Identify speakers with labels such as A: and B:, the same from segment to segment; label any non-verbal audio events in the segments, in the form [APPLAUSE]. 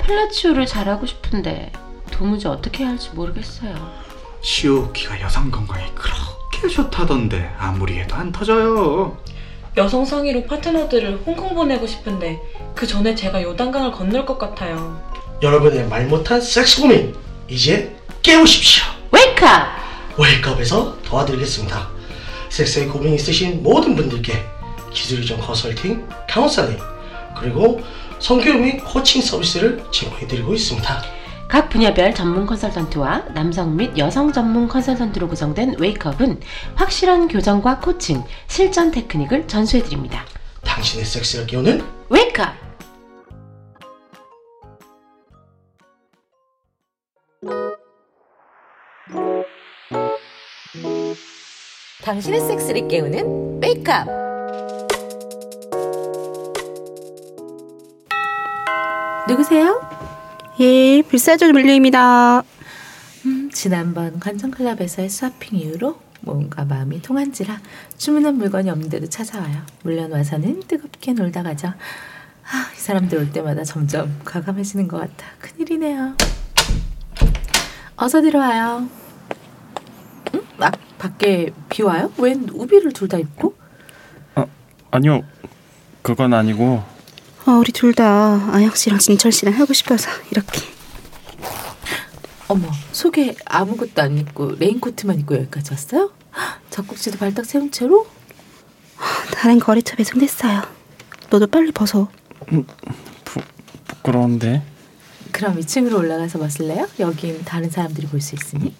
A: 팔라치오를 잘하고 싶은데 도무지 어떻게 해야 할지 모르겠어요.
B: 시오키가 여성 건강에 그렇게 좋다던데 아무리 해도 안 터져요.
C: 여성 상의로 파트너들을 홍콩 보내고 싶은데 그 전에 제가 요단강을 건널 것 같아요.
D: 여러분의 말 못한 섹스 고민 이제 깨우십시오.
A: 웨이크업!
D: 웨이크업에서 도와드리겠습니다. 섹스에 고민 있으신 모든 분들께 기술이전 컨설팅, 카운셀링, 그리고 성교육 및 코칭 서비스를 제공해드리고 있습니다.
A: 각 분야별 전문 컨설턴트와 남성 및 여성 전문 컨설턴트로 구성된 웨이크업은 확실한 교정과 코칭, 실전 테크닉을 전수해드립니다.
D: 당신의 섹스를 깨우는
A: 웨이크업!
E: 당신의 섹스를 깨우는 메이크업.
F: 누구세요? 예, 불사조 물류입니다.
G: 음, 지난번 관전클럽에서의 스와핑 이후로 뭔가 마음이 통한지라 주문한 물건이 없는 대로 찾아와요. 물론 와서는 뜨겁게 놀다 가죠. 아, 이 사람들 올 때마다 점점 과감해지는 것 같아. 큰일이네요. 어서 들어와요. 응? 아, 밖에 비 와요? 웬 우비를 둘 다 입고?
H: 아니요, 그건 아니고
F: 아, 우리 둘 다 아영 씨랑 진철 씨랑 하고 싶어서 이렇게.
G: 어머, 속에 아무것도 안 입고 레인코트만 입고 여기까지 왔어요? 헉, 젖꼭지도 발딱 세운 채로?
F: 다른 거래처 배송됐어요. 너도 빨리 벗어.
H: 부끄러운데.
G: 그럼 2층으로 올라가서 벗을래요? 여긴 다른 사람들이 볼 수 있으니.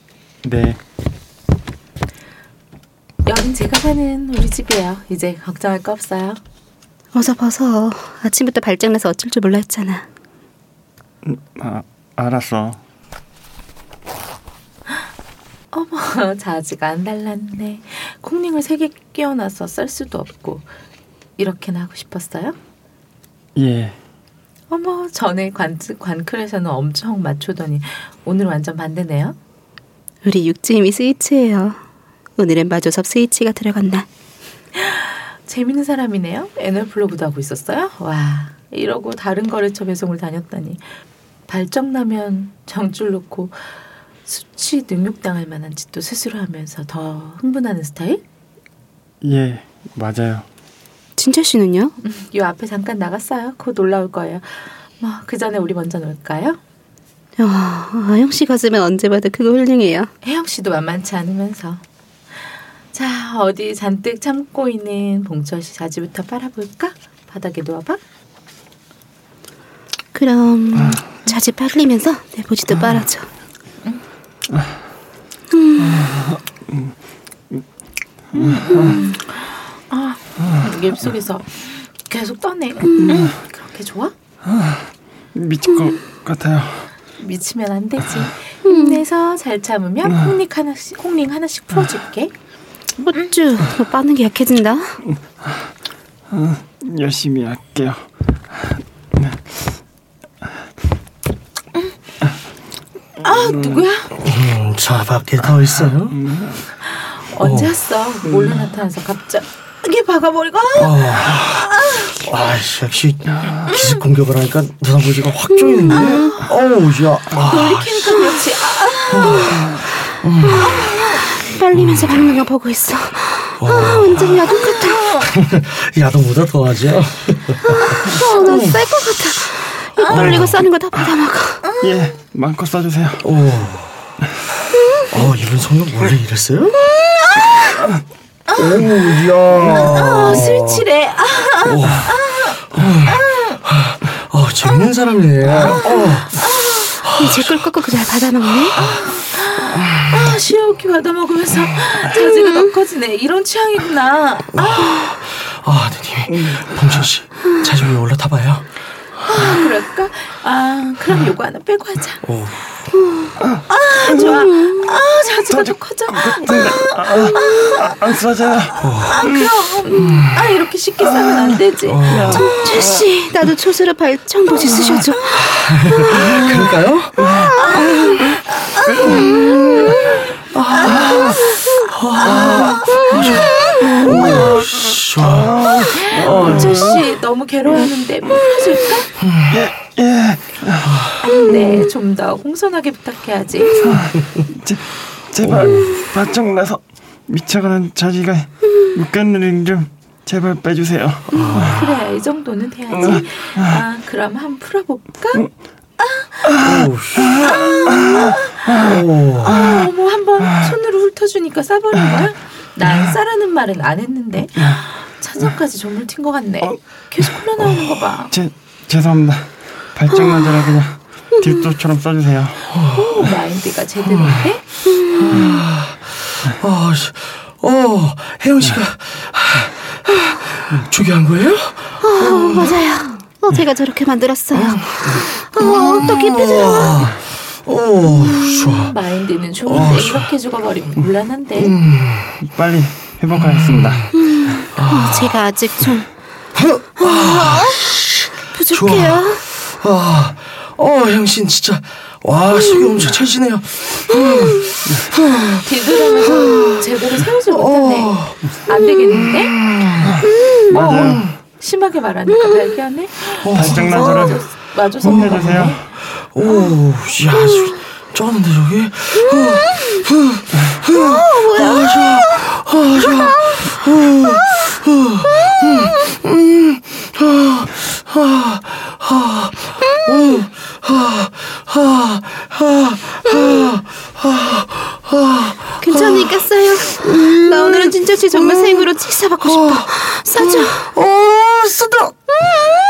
H: 네,
G: 여긴 제가 사는 우리 집이에요. 이제 걱정할 거 없어요. [LAUGHS]
F: 어서 벗어. 아침부터 발작나서 어쩔 줄 몰라 했잖아.
H: 아, 알았어.
G: 어머, 자지가 안 달랐네. 콩링을 세 개 끼워놔서 썰 수도 없고 이렇게나 하고 싶었어요?
H: 예,
G: 어머, 전에 관 관클에서는 엄청 맞추더니 오늘 완전 반대네요.
F: 우리 육지임이 스위치예요. 오늘은 마조섭 스위치가 들어간 날.
G: 재밌는 사람이네요. 애널블로그도 하고 있었어요. 와, 이러고 다른 거래처 배송을 다녔다니 발정 나면 정줄 놓고 수치 능욕당할 만한 짓도 스스로 하면서 더 흥분하는 스타일?
H: 예, 맞아요.
F: 진철 씨는요?
G: 음, 요 앞에 잠깐 나갔어요. 곧 올라올 거예요. 뭐 그 전에 우리 먼저 놀까요?
F: 아, 아영 씨 가슴에 언제 봐도 그거 훌륭해요.
G: 혜영 씨도 만만치 않으면서 자 어디 잔뜩 참고 있는 봉철 씨 자지부터 빨아볼까? 바닥에 놓아봐.
F: 그럼 자지 빨리면서 내 보지도 빨아줘.
G: 입 속에서 음, 계속 떠내. 그렇게 좋아?
H: 미칠 것 같아요.
G: 미치면 안 되지. 힘내서 잘 참으면 콩링 하나씩, 콩링 하나씩 풀어줄게.
F: 쭈, 너 빠는 게 약해진다.
H: 열심히 할게요.
G: 아, 누구야?
D: 음, 저 밖에 더 있어요.
B: 음.
G: 언제 왔어? 몰래 나타나서 갑자기 박아버리고. 음. 아,
D: 아, 역시 기습 공격을 하니까 눈안 보지가 확 조이는데. 어우, 야. 아,
G: 돌이키니까 그렇지. 아,
F: 빨리면서 발명을 보고 있어. 아, 완전 야동 같아.
D: 야동보다 더하지.
F: 어,
I: 음.
F: 난쌀것 같아. 입 벌리고 싸는 거 다 받아먹어.
H: 예, 마음껏 써주세요.
D: 오. 어, 이분 성형 원래 이랬어요? 오,
G: 아,
D: 이야.
G: 스위치래. 아,
D: 어, 재밌는 사람이네. 어.
F: 이제 꿀꺽꿀 잘 받아먹네.
G: 아, 시어오키 받아먹으면서 자세가 더 커지네. 이런 취향이구나.
D: 아, 누님. 봉철 씨, 자주 위에 올라타봐요.
G: 아, 그럴까? 아, 그럼 요거 하나 빼고 하자.
D: 오.
G: 아, 좋아. 아, 자세가 더 커져.
H: 안 써져요.
G: 아, 그럼. 아, 이렇게 쉽게 싸면 안 되지.
F: 철씨, 나도 초스로 발정 보지
I: 아.
F: 쓰셔줘.
D: 그럴까요?
G: 뭐 철씨 너무 괴로워하는데 풀어줄까?
H: 예,
G: 네, 좀 더 공손하게 부탁해야지.
H: 제, 제발 바짝 나서 미쳐가는 자기가 묶여있는 좀 제발 빼주세요.
G: 그래, 이 정도는 돼야지. 아, 그럼 한 풀어볼까?
D: 오.
G: 아, 어머, 한번 손으로 훑어주니까 싸버린 거야? 난 싸라는 말은 안 했는데. 찬성까지 정말 튄것 같네. 계속 흘러나오는 거 봐.
H: 제 죄송합니다. 발정난 자라 그냥 딜도처럼 써주세요.
G: 오, 어, 마인드가 제대로인데?
D: 어, 씨. 어, 혜영 씨가 저기 한 거예요?
F: 어,
I: 음.
F: 맞아요. 어, 제가 저렇게 만들었어요.
I: 아.
F: 어,
I: 음.
F: 어떻게 빼줘요?
D: 아, 오, 좋아.
G: 마인드는 좋은데 이렇게 죽어버리면 곤란한데.
H: 빨리 회복하겠습니다.
F: 어, 제가 아직 좀
I: 아.
F: 어, 부족해요.
D: 아, 어, 혜영 씨 진짜 와 속이 엄청 찰지네요.
G: 뒤돌아면서 제대로 세우지 못하네.
D: 어,
G: 안 되겠는데?
H: 맞아요.
G: 심하게 말하니까 발견해? 어,
H: 발정난 자라
G: 마주서
H: 어, 혼내주세요.
D: 오, 야, 저- 쩌는데 저기. 어, 뭐야? 아, 좋아. 아, 좋아.
F: 괜찮으니까싸요.
I: 음.
F: 나 오늘은 진짜 씨 정말 생으로 칭찬받고 싶어. 싸줘.
I: 음.
D: 오, 쓰다. 어,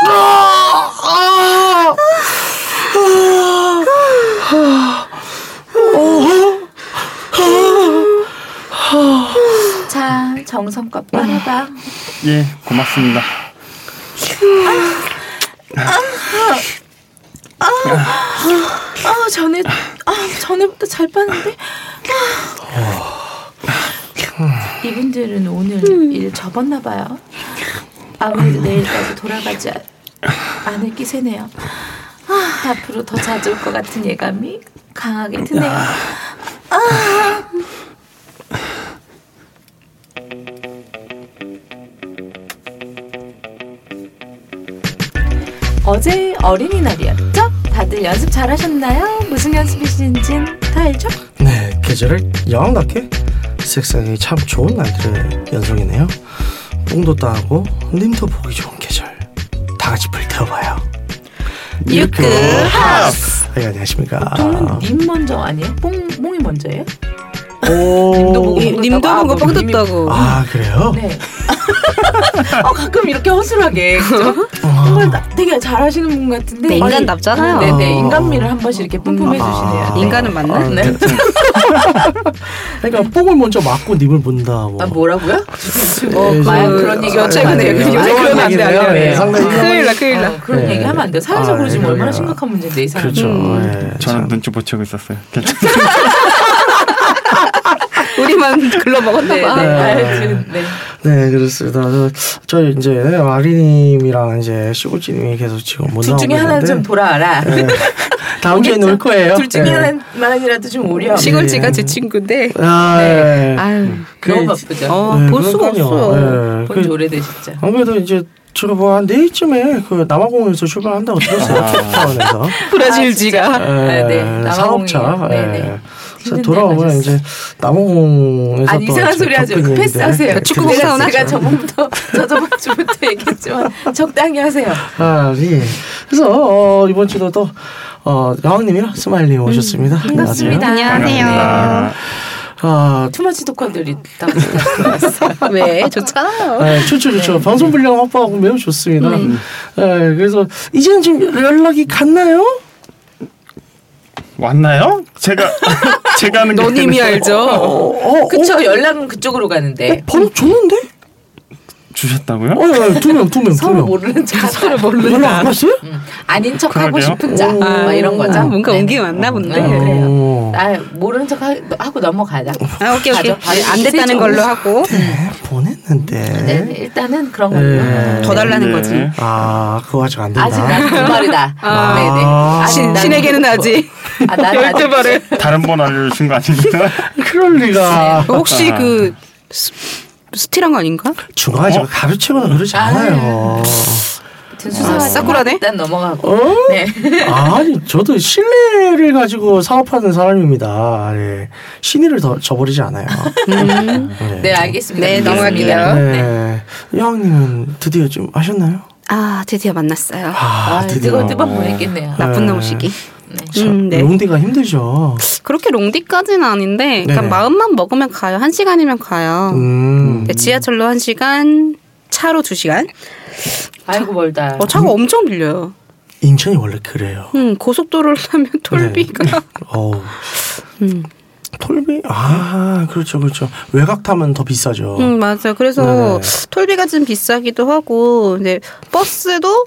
D: 아, 아, 아, 아. 어,
G: 자, 정성껏 빨아봐.
H: 예, 고맙습니다.
G: 아, 전에, 아, 전에부터 잘 빠는데? 아. 이분들은 오늘 일 접었나봐요. 아무래도 내일까지 돌아가지 아- 않을 기세네요. 아, 앞으로 더 자주 올 것 같은 예감이 강하게 드네요. 어제 어린이날이었죠? 다들 연습 잘하셨나요? 무슨 연습이신진 다 알죠?
D: 네, 계절을 여왕답게 색상이 참 좋은 날들의 연속이네요. 뽕도 따고 님도 보기 좋은 계절. 다 같이 불태워봐요.
G: 유크 하우스.
D: 아, 예, 안녕하십니까.
G: 저는 님 먼저 아니에요? 뽕, 뽕이 먼저예요?
D: 오.
I: 어,
G: 보고 뭐 님도
I: 아, 뭐,
G: 보고 뽕 떴다고.
D: 아, 그래요?
G: 네. 어, 가끔 이렇게 허술하게 그죠?
D: 어.
G: 정말 나- 되게 잘하시는 분 같은데
I: 네,
G: 아니,
I: 인간답잖아요.
G: 네네 인간미를 한 번씩 이렇게 뿜뿜 해주시네요.
D: 아,
G: 네.
I: 인간은 맞나?
D: 아,
G: [LAUGHS] 네.
D: 그러니까 뽕을 먼저 맞고 님을 본다. 뭐.
G: 아 뭐라고요?
D: 예,
G: 어,
D: 저-
G: 마약 그런
D: 저-
G: 얘기 하면
D: 저-
G: 안 돼요.
D: 예,
G: 요즘
D: 저-
G: 그러면 안 돼요.
D: 얘기네요.
G: 안 돼요.
D: 예, 상당히
I: 큰일 나, 큰일 나.
G: 아, 그런
D: 네.
G: 얘기 하면 안 돼요. 사회적으로
D: 아,
G: 지금
D: 그러게요.
G: 얼마나 심각한 문제인데 이 사람.
D: 그렇죠.
G: 음.
D: 예,
H: 저는
D: 참.
H: 눈치 못 채고 있었어요. 괜찮-
I: 우리만 글러
G: 네, 네.
I: 먹었나봐.
G: 아무튼, 네.
D: 네, 그렇습니다. 저- 저희 이제 네, 아리님이랑 이제 시골지님이 계속 지금 못
G: 둘
D: 나오고
G: 중에 하나는
D: 있는데
G: 좀 돌아와라.
D: 네. 다음 주에 놀
G: [LAUGHS]
D: 거예요.
G: 둘 중에
D: 네.
G: 하나만이라도 좀 오렴.
I: 시골지가 제 친구인데.
D: 아, 네.
I: 아유.
D: 그-
G: 너무 바쁘죠.
I: 어,
D: 네,
I: 볼 수가
D: 그러니까요.
I: 없어요.
D: 네,
G: 본지
D: 그-
G: [LAUGHS] 오래되셨죠.
D: 아무래도 이제 제가 뭐한 4시쯤에 그 남아공에서 출발한다고 들었어요. 차원에서.
I: 브라질지가.
G: 네, 네. 남아공이요.
D: 사업차.
G: 네, 네.
D: 예. 그래서
G: 힘든
D: 돌아오면
G: 데가
D: 이제 남아공에서
G: 아니
D: 또
G: 이상한
D: 이제 네,
G: 소리 하지
D: 바쁜 얘기들.
G: 말고 패스하세요.
I: 축구
G: 내가-
I: 공사하나?
G: 제가 저번부터 [LAUGHS] 저 저번 주부터 얘기했지만 적당히 하세요.
D: 아, 예. 그래서 어, 이번 주도 또 어, 여왕님이랑 스마일님 오셨습니다.
G: 음, 반갑습니다.
I: 안녕하세요.
H: 아,
D: 아,
G: 투머치 토커들이 있다고 생각했어요.
I: 왜? 좋잖아요.
D: 네, 좋죠, 좋죠. 방송 분량 확보하고 매우 좋습니다. 네. 그래서 이제는 지금 연락이 갔나요?
H: 왔나요? 제가 [LAUGHS] 제가 하는 게
I: 너님이
D: 어,
I: 알죠?
D: 어, 어,
G: 그쵸 연락은 그쪽으로 가는데
D: 번호 줬는데?
H: 주셨다고요?
D: 어, 예, 두 명, 두 명, 두
G: 서로
D: 명.
G: 모르는 척 서로
D: 연락 안 왔어요?
G: 아닌 척 하고
H: 그러게요.
G: 싶은 자
D: 오.
G: 막 이런 거죠.
I: 아, 뭔가
G: 네.
I: 온게 맞나 본데.
G: 아, 그래요.
D: 오.
G: 아 모르는 척 하- 하고 넘어가자.
I: 아, 오케이, 오케이.
G: 가죠, 가죠.
I: 안 됐다는 걸로 하고.
D: 네, 보냈는데.
G: 네, 네, 일단은 그런 걸로.
D: 네.
I: 더 달라는
H: 네.
I: 거지.
D: 아, 그거 아직 안 된다. [LAUGHS]
G: 아직 난두 마리다.
I: 아.
G: 네네. 아직
I: 신-
G: 난
I: 신에게는
G: 그렇고.
I: 아직.
G: 아, 난 아직
I: 열두 발을.
H: 다른 번 알려주신 거 아닙니까?
D: 그럴 리가.
I: 혹시 그 스, 스티랑 아닌가?
D: 어? 아. 중간에 제가 가르치거나 그러지 않아요.
G: 같은 수사와
F: 싸구려네?
G: 일단 넘어가고.
D: 어?
G: 네.
D: 아니 저도 신뢰를 가지고 사업하는 사람입니다. 예. 신의를 더 저버리지 [LAUGHS] 않아요.
F: 음.
D: 예.
G: 네, 알겠습니다.
F: 네,
G: 넘어갈게요.
F: 넘어갈게요.
D: 네. 여왕님은 드디어 좀 하셨나요?
J: 아, 드디어 만났어요.
D: 아,
G: 아, 뜨거 뜨거 보냈겠네요.
J: 나쁜
D: 네.
J: 놈식이.
G: 네.
D: 참,
F: 음, 네.
D: 롱디가 힘들죠.
F: 그렇게 롱디까지는 아닌데, 그러니까
D: 네네.
F: 마음만 먹으면 가요. 한 시간이면 가요. 그러니까
D: 음.
F: 지하철로 한 시간, 차로 두 시간.
G: 아이고 멀다.
F: 어, 차가 엄청 밀려요.
D: 인천이 원래 그래요.
F: 음, 고속도로를 타면 톨비가.
D: 어우,
F: 음.
D: 톨비? 아, 그렇죠, 그렇죠. 외곽 타면 더 비싸죠.
F: 음, 맞아요. 그래서
D: 어. 네네.
F: 톨비가 좀 비싸기도 하고, 이제 버스도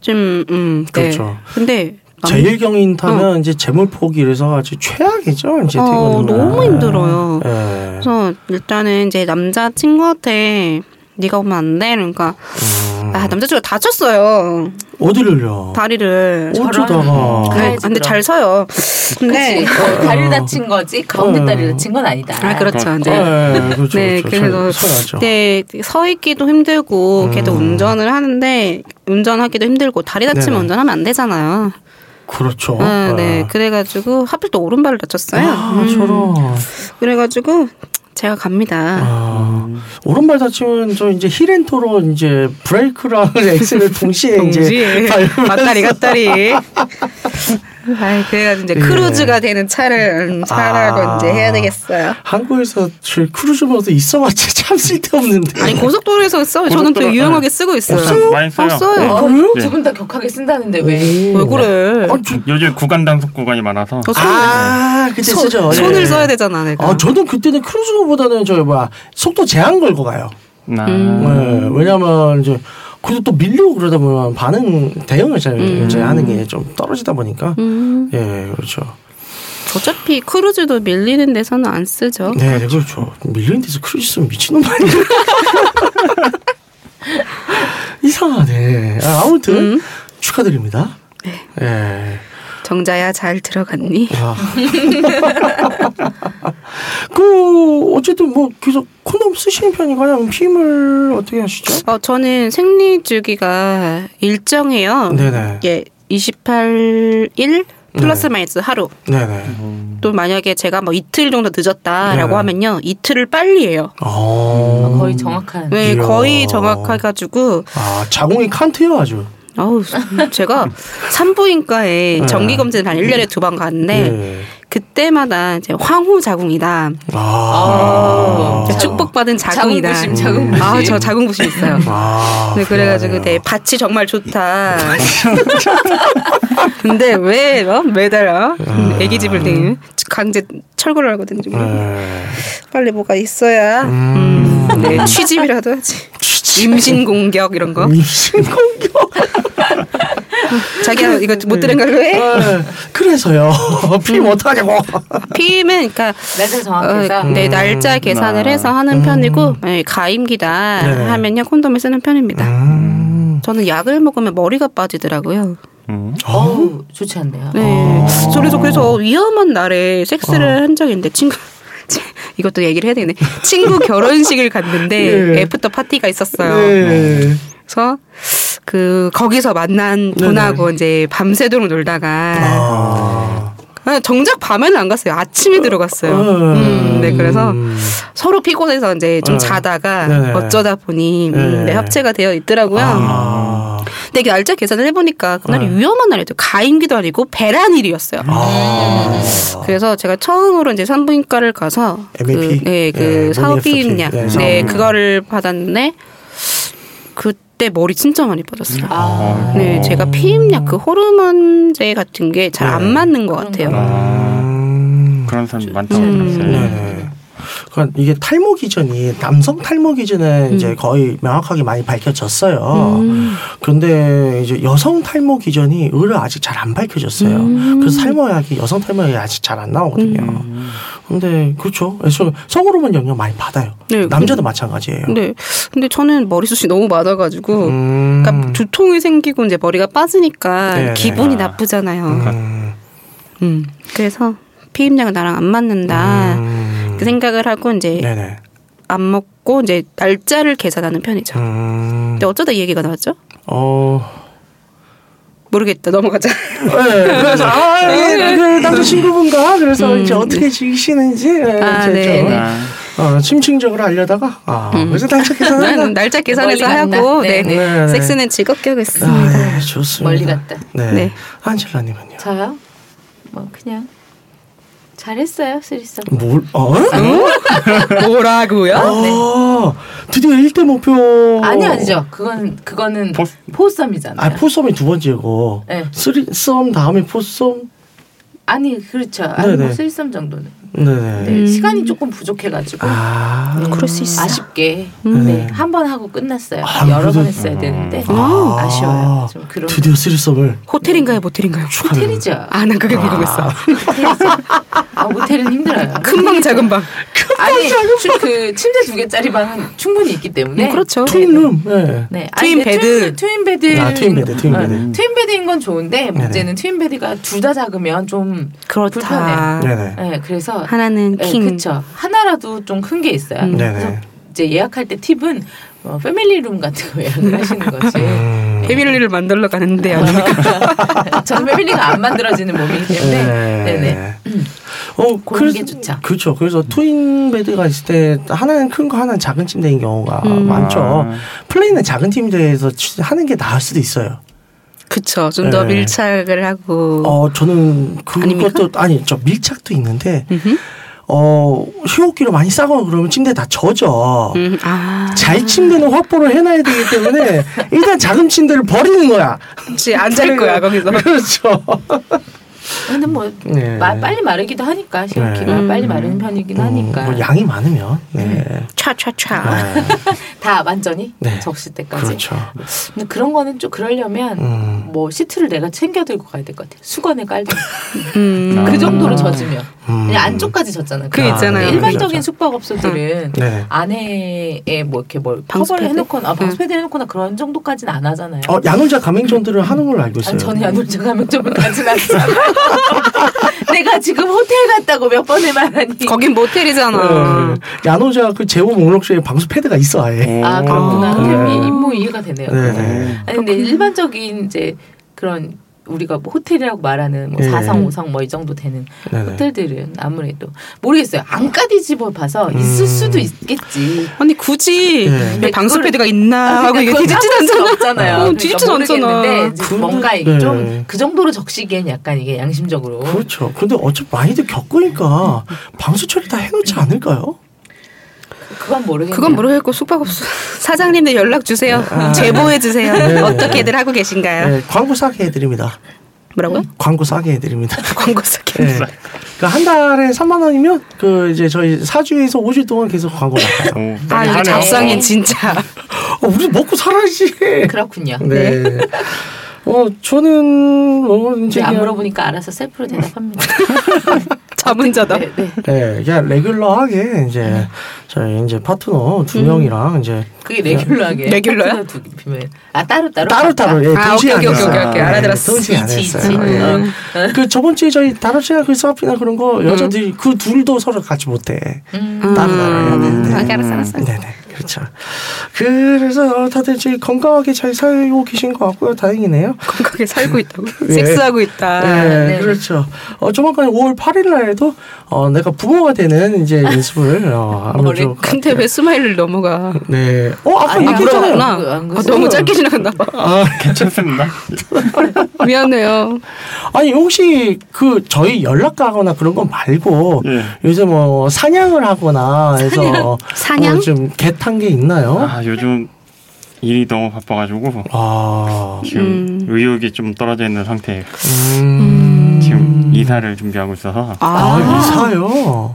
F: 좀, 음, 네.
D: 그렇죠.
F: 근데
D: 제일경인 타면 이제 재물포기 이래서 아주 최악이죠. 이제
F: 음. 어,
D: 퇴근은.
F: 너무 힘들어요.
D: 예.
F: 그래서 일단은 이제 남자 친구한테 네가 오면 안 돼. 그러니까
D: 음.
F: 아 남자친구 가 다쳤어요
D: 어디를요?
F: 다리를.
D: 어쩌다가.
F: 네, 아, 근데 잘 서요. 근데
G: 네. 다리를 다친 거지 가운데 다리를 다친 건 아니다.
F: 아 그렇죠. 이제
D: 예, 그렇죠.
F: 네,
D: 그렇죠.
F: 그래서
D: 서- 서야죠.
F: 네, 서 있기도 힘들고 걔도
D: 음.
F: 운전을 하는데 운전하기도 힘들고 다리 다치면
D: 네네.
F: 운전하면 안 되잖아요.
D: 그렇죠.
F: 아, 네,
D: 예.
F: 그래가지고 하필 또 오른발을 다쳤어요.
D: 아,
F: 음.
D: 저런.
F: 그래가지고 제가 갑니다.
D: 아, 오른발 다치면 저 이제 힐앤토로 이제 브레이크랑 [LAUGHS] 엑셀을 동시에,
F: 동시에
D: 이제 밟으면서 [LAUGHS]
F: 맞다리 갔다리. 아, 그래가지고 이제
D: 예.
F: 크루즈가 되는 차를 음, 차라고
D: 아.
F: 이제 해야 되겠어요.
D: 한국에서 제 크루즈 보도 있어봤자 참 쓸데없는데.
F: 아니 고속도로에서 써. 저는 또
H: 고속도로,
F: 유용하게
H: 네.
F: 쓰고 있어요.
H: 없어요? 많이 써요.
F: 없어요. 네.
G: 어,
D: 그래요?
G: 두분 다 격하게 쓴다는데 왜?
F: 왜 그래?
D: 아, 저,
H: 요즘 구간 단속 구간이 많아서
F: 저 손,
D: 아 그때
F: 어, 손,
D: 쓰죠. 예.
F: 손을 써야 되잖아 내가.
D: 아, 저는 그때는 크루즈보다는 저 뭐야 속도 제한 걸고 가요.
H: 나
D: 예, 왜냐면 이제 그래도 또 밀리고 그러다 보면 반응 대응을 잘 이제 하는 게 좀 떨어지다 보니까
F: 음,
D: 예 그렇죠.
F: 어차피 크루즈도 밀리는 데서는 안 쓰죠.
D: 네, 네, 그렇죠. 밀리는 데서 크루즈 쓰면 미친놈 아니야? [LAUGHS] 이상하네. 아, 아무튼
F: 음.
D: 축하드립니다.
F: 네.
D: 예.
F: 정자야 잘 들어갔니?
D: 아. [LAUGHS] 그 어쨌든 뭐 계속 콘돔 쓰시는 편인가요? 아니면 피임을 어떻게 하시죠?
F: 어, 저는 생리 주기가 일정해요.
D: 네네.
F: 예, 28일
D: 네.
F: 플러스 마이너스 하루.
D: 네네.
F: 또 만약에 제가 뭐 이틀 정도 늦었다라고
D: 네.
F: 하면요, 이틀을 빨리 해요.
D: 어.
G: 거의 정확한.
F: 왜
D: 이야.
F: 거의 정확해가지고
D: 아 자궁이 칸트요 아주.
F: 어우
D: [LAUGHS]
F: 제가 산부인과에
D: 네.
F: 정기 검진 한 1년에 두 번 갔는데
D: 예.
F: 그때마다 이제 황후 자궁이다.
D: 아.
G: 아.
F: 축복받은 자궁이다.
G: 자궁부심, 자궁부심.
F: 아, 저
D: [LAUGHS]
F: 자궁부심 있어요.
D: 아.
F: 네, 그래가지고
D: 불안하네요.
F: 네, 밭이 정말 좋다. 근데 왜 어? 매달 어?
D: 아.
F: 애기 집을 댕 강제 철거를 하거든요. 지금.
D: 예.
F: 빨리 뭐가 있어야
D: 음.
F: 음, 네, 취집이라도 하지. 임신 공격 이런
D: 음.
F: 거.
D: 임신 공격. 음.
F: 자기야 이거 못 들은 걸로 해.
D: 예. 그래서요. [LAUGHS]
F: 음.
D: 피임 어떡하냐고.
F: 피임은 그러니까
G: 날짜 정확해서.
F: 어, 네, 날짜 계산을 해서 하는
D: 음.
F: 편이고 만약에 가임기다
D: 네.
F: 하면요 콘돔을 쓰는 편입니다.
D: 음.
F: 저는 약을 먹으면 머리가 빠지더라고요.
H: 음.
G: 어우 좋지 않네요.
D: 아.
F: 네. 그래서 그래서 위험한 날에 섹스를
D: 어.
F: 한 적이 있는데 친구 [LAUGHS] 이것도 얘기를 해야 되겠네. 친구 결혼식을
D: [LAUGHS]
F: 갔는데
D: 예.
F: 애프터 파티가 있었어요.
D: 네.
F: 그래서 그 거기서 만난 분하고
D: 네.
F: 이제 밤새도록 놀다가
D: 아.
F: 아, 정작 밤에는 안 갔어요. 아침에 들어갔어요.
D: 음.
F: 음, 네, 그래서
D: 음.
F: 서로 피곤해서 이제
D: 네.
F: 좀 자다가
D: 네네.
F: 어쩌다 보니 음,
D: 네.
F: 네, 합체가 되어 있더라고요.
D: 아.
F: 근데 이게 날짜 계산을 해보니까 그날이
D: 네.
F: 위험한 날이었어요. 가임기도 아니고 배란일이었어요.
D: 아.
F: 그래서 제가 처음으로 이제 산부인과를 가서
D: MAP?
F: 그, 네, 그
D: 예,
F: 사업비임약
D: 네,
F: 네,
D: 사업비임약.
F: 그거를 받았는데 그때 머리 진짜 많이 빠졌어요.
D: 음.
G: 아.
F: 네, 제가 피임약 그 호르몬제 같은 게 잘 안
D: 네.
F: 맞는 것 같아요.
D: 음.
H: 그런 사람 많다고
F: 음.
H: 들었어요.
D: 네. 그러니까 이게 탈모 기준이 남성 탈모 기준은
F: 음.
D: 이제 거의 명확하게 많이 밝혀졌어요.
F: 음.
D: 근데 이제 여성 탈모 기전이 의외로 아직 잘 안 밝혀졌어요.
F: 음.
D: 그래서 탈모약이 여성 탈모약이 아직 잘 안 나오거든요.
H: 음.
D: 근데 그렇죠. 그래서 성호르몬 영향 많이 받아요.
F: 네,
D: 남자도 마찬가지예요.
F: 네, 근데 저는 머리숱이 너무 많아가지고
D: 음.
F: 그러니까 두통이 생기고 이제 머리가 빠지니까
D: 네,
F: 기분이
H: 네.
F: 나쁘잖아요.
D: 음.
F: 음. 그래서 피임약은 나랑 안 맞는다
D: 음.
F: 그 생각을 하고 이제
D: 네네.
F: 안 먹고 이제 날짜를 계산하는 편이죠.
D: 음.
F: 근데 어쩌다 이 얘기가 나왔죠?
D: 어
F: 모르겠다. [LAUGHS] 넘어가자.
D: 네, 그래서 아, 예,
F: 네.
D: 그 남자친구분과 그래서
F: 음.
D: 이제 어떻게 지내시는지 예,
F: 아,
D: 이제
F: 네, 음.
D: 좀,
F: 네.
D: 어, 심층적으로 알려다가 아, 그래서 아, 날짜 계산한다.
F: [LAUGHS] 나는 날짜 계산해서
D: 멀리 간다.
F: 하고
D: 네,
F: 네.
D: 네. 네, 네.
F: 섹스는 즐겁게 하겠습니다.
D: 아, 예, 좋습니다.
G: 멀리 갔다.
D: 네.
F: 네.
D: 한실라님은요?
G: 저요? 뭐 그냥 잘했어요 쓰리썸.
D: 뭘?
F: 아,
D: 어?
F: 뭐라고요? 네.
D: 아, 드디어 1대 목표.
G: 네. 아니 아니죠. 그건 그거는 포썸이잖아요.
D: 아, 포썸이 두 번째고.
G: 네.
D: 쓰리 썸 다음에 포썸.
G: 아니 그렇죠. 아니
D: 네네.
G: 뭐 쓰리썸 정도는.
D: 네네.
G: 네, 시간이 조금 부족해가지고.
D: 아,
F: 음.
D: 음.
G: 그럴 수 있어. 아쉽게 네, 한 번 하고 끝났어요.
D: 아,
G: 여러 번
D: 그래도-
G: 했어야 되는데
D: 아.
G: 아, 쉬워요좀 그런.
D: 드디어 쓰리 썸을.
F: 호텔인가요, 모텔인가요?
G: 호텔이죠.
F: 아, 난 그게 궁금했어. [LAUGHS]
G: 아,
D: [LAUGHS]
G: 모텔은 힘들어요.
F: 금방 작은 방.
G: 아니 추- 그 침대 두 개짜리 방은 충분히 있기 때문에.
F: 음, 그렇죠.
D: 트윈룸. 네.
G: 네.
F: 트윈
G: 근데
F: 베드.
G: 트윈, 트윈 베드.
D: 아, 트윈 베드, 트윈 베드.
G: 어, 트윈 베드인 건 좋은데 문제는 트윈 베드가 둘 다 작으면 좀
F: 그렇다.
G: 불편해.
D: 네네.
G: 네, 그래서
F: 하나는
G: 네,
F: 킹.
G: 그렇죠. 하나라도 좀 큰 게 있어요.
F: 음.
D: 네네.
G: 그래서 이제 예약할 때 팁은 어, 패밀리 룸 같은 거 [LAUGHS] 예약을 하시는 거지.
D: 음.
F: 패밀리를 만들러 가는데 아닙니까?
G: [LAUGHS] 저는 패밀리가 안 만들어지는 몸이기 때문에
D: 네.
G: 네네.
D: 어,
G: 그런 게 좋죠. 음.
D: 그렇죠. 그래서 트윈 베드가 있을 때 하나는 큰 거 하나는 작은 침대인 경우가
F: 음.
D: 많죠.
F: 아.
D: 플레이는 작은 침대에서 취- 하는 게 나을 수도 있어요.
F: [LAUGHS] 그쵸. 좀 더
D: 네.
F: 밀착을 하고.
D: 어, 저는
F: 아닙니까?
D: 그것도 아니, 저 밀착도 있는데 어, 휴옥기로 많이 싸거나 그러면 침대 다 젖어.
F: 음, [LAUGHS] 아.
D: 잘 침대는 확보를 해놔야 되기 때문에 일단 작은 침대를 버리는 거야.
F: 그치, 앉을 거야, 거기서.
D: 그렇죠.
G: 근데 뭐
D: 네.
G: 마- 빨리 마르기도 하니까 시원키가
D: 네.
G: 빨리
F: 음.
G: 마르는 편이긴 하니까
D: 뭐 양이 많으면. 네.
F: 차차차.
G: 다 완전히
D: 네.
G: 적실 때까지.
D: 그렇죠.
G: 근데 그런 거는 좀 그러려면
D: 음.
G: 뭐 시트를 내가 챙겨 들고 가야 될 것 같아. 수건에 깔든
F: 음.
G: 그 정도로 젖으면
D: 음.
G: 그냥 안쪽까지 젖잖아.
F: 그 있잖아요. 음.
G: 일반적인
D: 그렇죠.
G: 숙박업소들은
D: 네.
G: 안에 뭐 이렇게 뭘 커버를
F: 방수패드? 네.
G: 해놓거나 아, 방수패드 해놓거나 그런 정도까지는 안 하잖아요.
D: 어, 야놀자 가맹점들을 하는 걸로 알고 있어요.
G: 아니, 저는 야놀자 가맹점을 가진 않잖아. [LAUGHS] 내가 지금 호텔 갔다고 몇 번을 말하니.
F: 거긴 모텔이잖아.
D: 네. 야놀자 그 제보 목록에 방수 패드가 있어
F: 네.
D: 아예.
G: 아
F: 어.
G: 그렇구나.
D: 네.
G: 이 임무 이해가 되네요.
D: 네. 네.
G: 아니 근데 일반적인 이제 그런 우리가 뭐 호텔이라고 말하는 뭐
D: 네.
G: 4성, 5성 뭐 이 정도 되는
D: 네.
G: 호텔들은 아무래도 모르겠어요. 안까지 집어봐서 있을 수도 있겠지. 그러니까
F: 아니, 굳이
D: 네.
F: 왜 방수패드가 있나 하고 아, 이게
G: 아, 그건
F: 뒤집지도
G: 까먹을 수는
F: 않잖아.
G: 없잖아요.
F: 어,
G: 그러니까
F: 뒤집지도
G: 모르겠는데
F: 않잖아.
G: 이제 뭔가
D: 네.
G: 좀 그 정도로 적시기엔 약간 이게 양심적으로
D: 그렇죠. 근데 어차피 많이들 겪으니까 방수 처리 다 해놓지 않을까요?
G: 건 모르겠네요.
F: 그건 모르겠고, 숙박업소. [LAUGHS] 사장님들 연락 주세요. 제보해주세요.
D: 아. 네.
F: 어떻게들 하고 계신가요?
D: 네, 광고 싸게 해드립니다.
F: 뭐라고요?
D: 광고 싸게 [LAUGHS] 해드립니다.
F: 광고 싸게.
D: 네. 그한 달에 3만 원이면 그 이제 저희 4주에서 5주 동안 계속 광고 나가요.
F: 아, 이거 잡상인
G: 네,
F: 진짜.
D: [LAUGHS] 어, 우리 먹고 살아야지.
G: 그렇군요.
D: [LAUGHS] 네. 어 저는 뭐 이제
F: 네,
G: 이제 안
D: 그냥
G: 물어보니까 알아서 셀프로 대답합니다.
F: 자문자다.
G: 네, 네.
D: 네, 그냥 레귤러하게
F: 네.
D: 이제 저희 이제 파트너
F: 음.
D: 두 명이랑 이제
G: 그게 레귤러하게.
F: 레귤러야?
G: 파트너 두 개면. 아 따로 따로.
D: 따로 따로 예,
F: 아,
D: 동시에
F: 오케이,
D: 안
F: 오케이,
D: 했어요.
F: 오케이, 오케이.
D: 예,
F: 알아들었어.
D: 동시에 안
G: 이지,
D: 했어요.
G: 이지.
D: 예.
G: 음.
D: 그 저번 주에 저희 다른 시간 그 수업이나 그런 거 여자들이
F: 음.
D: 그 둘도 서로 같이 못해. 따로 따로 해야 되는데.
F: 아, 알았어, 알았어.
D: 네네 그렇죠. 그래서 다들 지금 건강하게 잘 살고 계신 것 같고요. 다행이네요.
F: 건강하게 살고 있다고.
D: 예.
F: 섹스하고 있다.
D: 네,
G: 네.
D: 그렇죠. 어, 조만간 5월 8일날에도 어, 내가 부모가 되는 이제 연습을 어, 한번 좀.
F: 근데 왜 스마일을 넘어가?
D: 네. 어 아까
G: 아니,
F: 아,
D: 얘기했잖아요.
F: 그렇구나.
G: 그- 안
F: 아,
G: 그랬어요.
F: 너무 짧게 지나갔나 봐.
D: 아,
H: 괜찮습니다.
F: 미안해요.
D: 아니 혹시 그 저희 연락가거나 그런 거 말고
H: 예.
D: 요새 뭐 사냥을 하거나 해서 어,
F: 사냥?
D: 뭐좀개탄게 있나요?
H: 아, 요즘 일이 너무 바빠가지고
D: 아,
H: 지금 의욕이 좀 떨어져 있는 상태예요.
D: 음.
H: 지금 이사를 준비하고 있어서
D: 아, 이사요.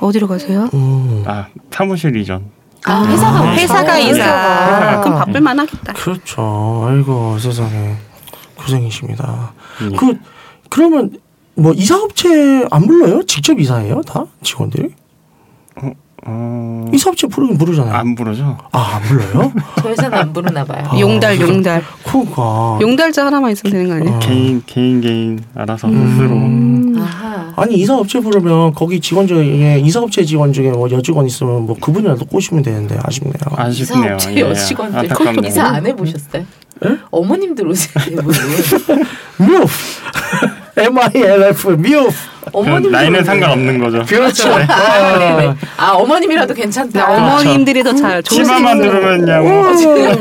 F: 어디로 가세요?
D: 음.
H: 아 사무실 이전.
F: 아, 회사가 회사가 인사. 그럼 바쁠 만하겠다.
D: 그렇죠. 아이고 세상에 고생이십니다.
H: 예.
D: 그 그러면 뭐 이사업체 안 불러요? 직접 이사해요 다 직원들이?
H: 어,
D: 이사업체 부르긴 부르잖아요.
H: 안 부르죠?
D: 아 안 [LAUGHS] 불러요?
G: 저 회사는 안 부르나 봐요.
D: 아,
F: 용달 용달.
D: 그러니까
F: 용달자 하나만 있으면 되는 거 아니야?
H: 개인 개인 개인 알아서
D: 음.
H: 스스로
G: 음. 아하.
D: 아니 이사업체 부르면 거기 직원 중에 이사업체 직원 중에 뭐 여직원 있으면 뭐 그분이라도 꼬시면 되는데 아쉽네요.
H: 아쉽네요. 예,
G: 이사업체 여직원들
H: 안타깝네요.
G: 이사 안 해보셨어요? 어머님들 오실 때 무슨
D: move. [LAUGHS] M I L F move.
G: 어머님들
H: 나이는
G: 오세요.
H: 상관없는 거죠.
D: 그렇죠.
G: [LAUGHS] 아, 네네. 아 어머님이라도 괜찮다.
F: 아, 어머님들이 더 잘
H: 치마만 누르면요.
D: 음.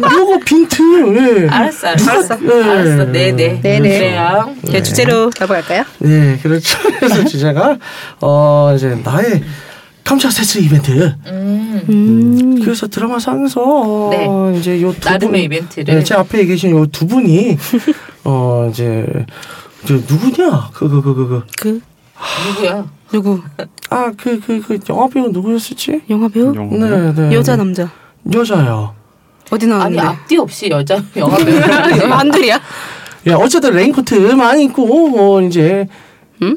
D: 요거 빈트. 예.
G: 어, 알았어, 알았어, 알았어,
D: 네.
G: 알았어, 네네,
F: 네네.
G: 그래요.
F: 네, 주제로 넘어갈까요?
D: 네, 그렇죠. [LAUGHS] 그래서 주제가 어 이제 나의 깜짝 세스 이벤트.
G: 음,
D: 그래서 드라마상에서 어,
G: 네.
D: 이제 요두
G: 나름의 이벤트를.
D: 네, 제 앞에 계신 요 두 분이 어 이제 저 누구냐? 그 그 그 그
F: 그
G: 누구야?
F: 누구?
D: 그 아 그 그 그 영화 배우 누구였을지?
F: 영화 배우?
H: 영-
D: 네, 네.
F: 여자 남자
D: 여자요.
F: 어디
G: 아니
F: 나왔는데? [LAUGHS]
G: 앞뒤 없이 여자 영화 배우.
F: 아, 안들이야?
D: 야 예, 어쨌든 레인코트만 입고 뭐 이제
F: 응?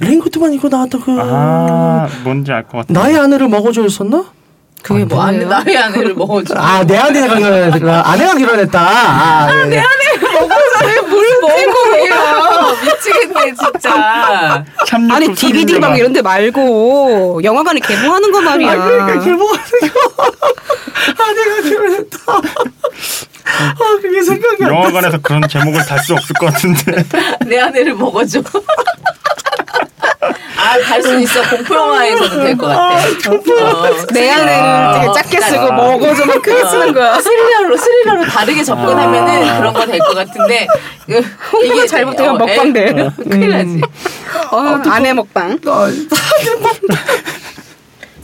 D: 레인코트만 입고 나왔던 그
H: 아 뭔지 알 것 같아.
D: 나의 아내를 먹어줘였었나?
F: 그게
G: 뭐 아니
F: 뭐예요?
G: 나의 아내를 먹어줘.
D: 아 내 아내가 결혼했다. 아내가 결혼했다. 아, 내
G: 어, 뭘 먹고 해요? 미치겠네 진짜.
H: 참여
F: 아니
H: 좀
F: DVD 방
H: 찾으려나.
F: 이런 데 말고 영화관에 개봉하는 거 말이야.
D: 그러니까 개봉하세요. [LAUGHS] 아내가 결혼했다. 아 그게 생각이 안 나.
H: 영화관에서 그런 제목을 달 수 없을 것 같은데. [LAUGHS]
G: 내 아내를 먹어줘. 아갈수 있어 공포 영화에서는 될 것 같아. 어.
F: 내 안에 되게 작게 쓰고 먹어줘 막 그게 쓰는 거야.
G: 스릴러로 스릴러로 다르게 접근하면은 그런 거 될 것 같은데 그,
F: 아. 홍보가 잘못되면
G: 어,
F: 먹방 돼.
G: 에, 큰일 나지.
F: 어, 아내 어, 먹방.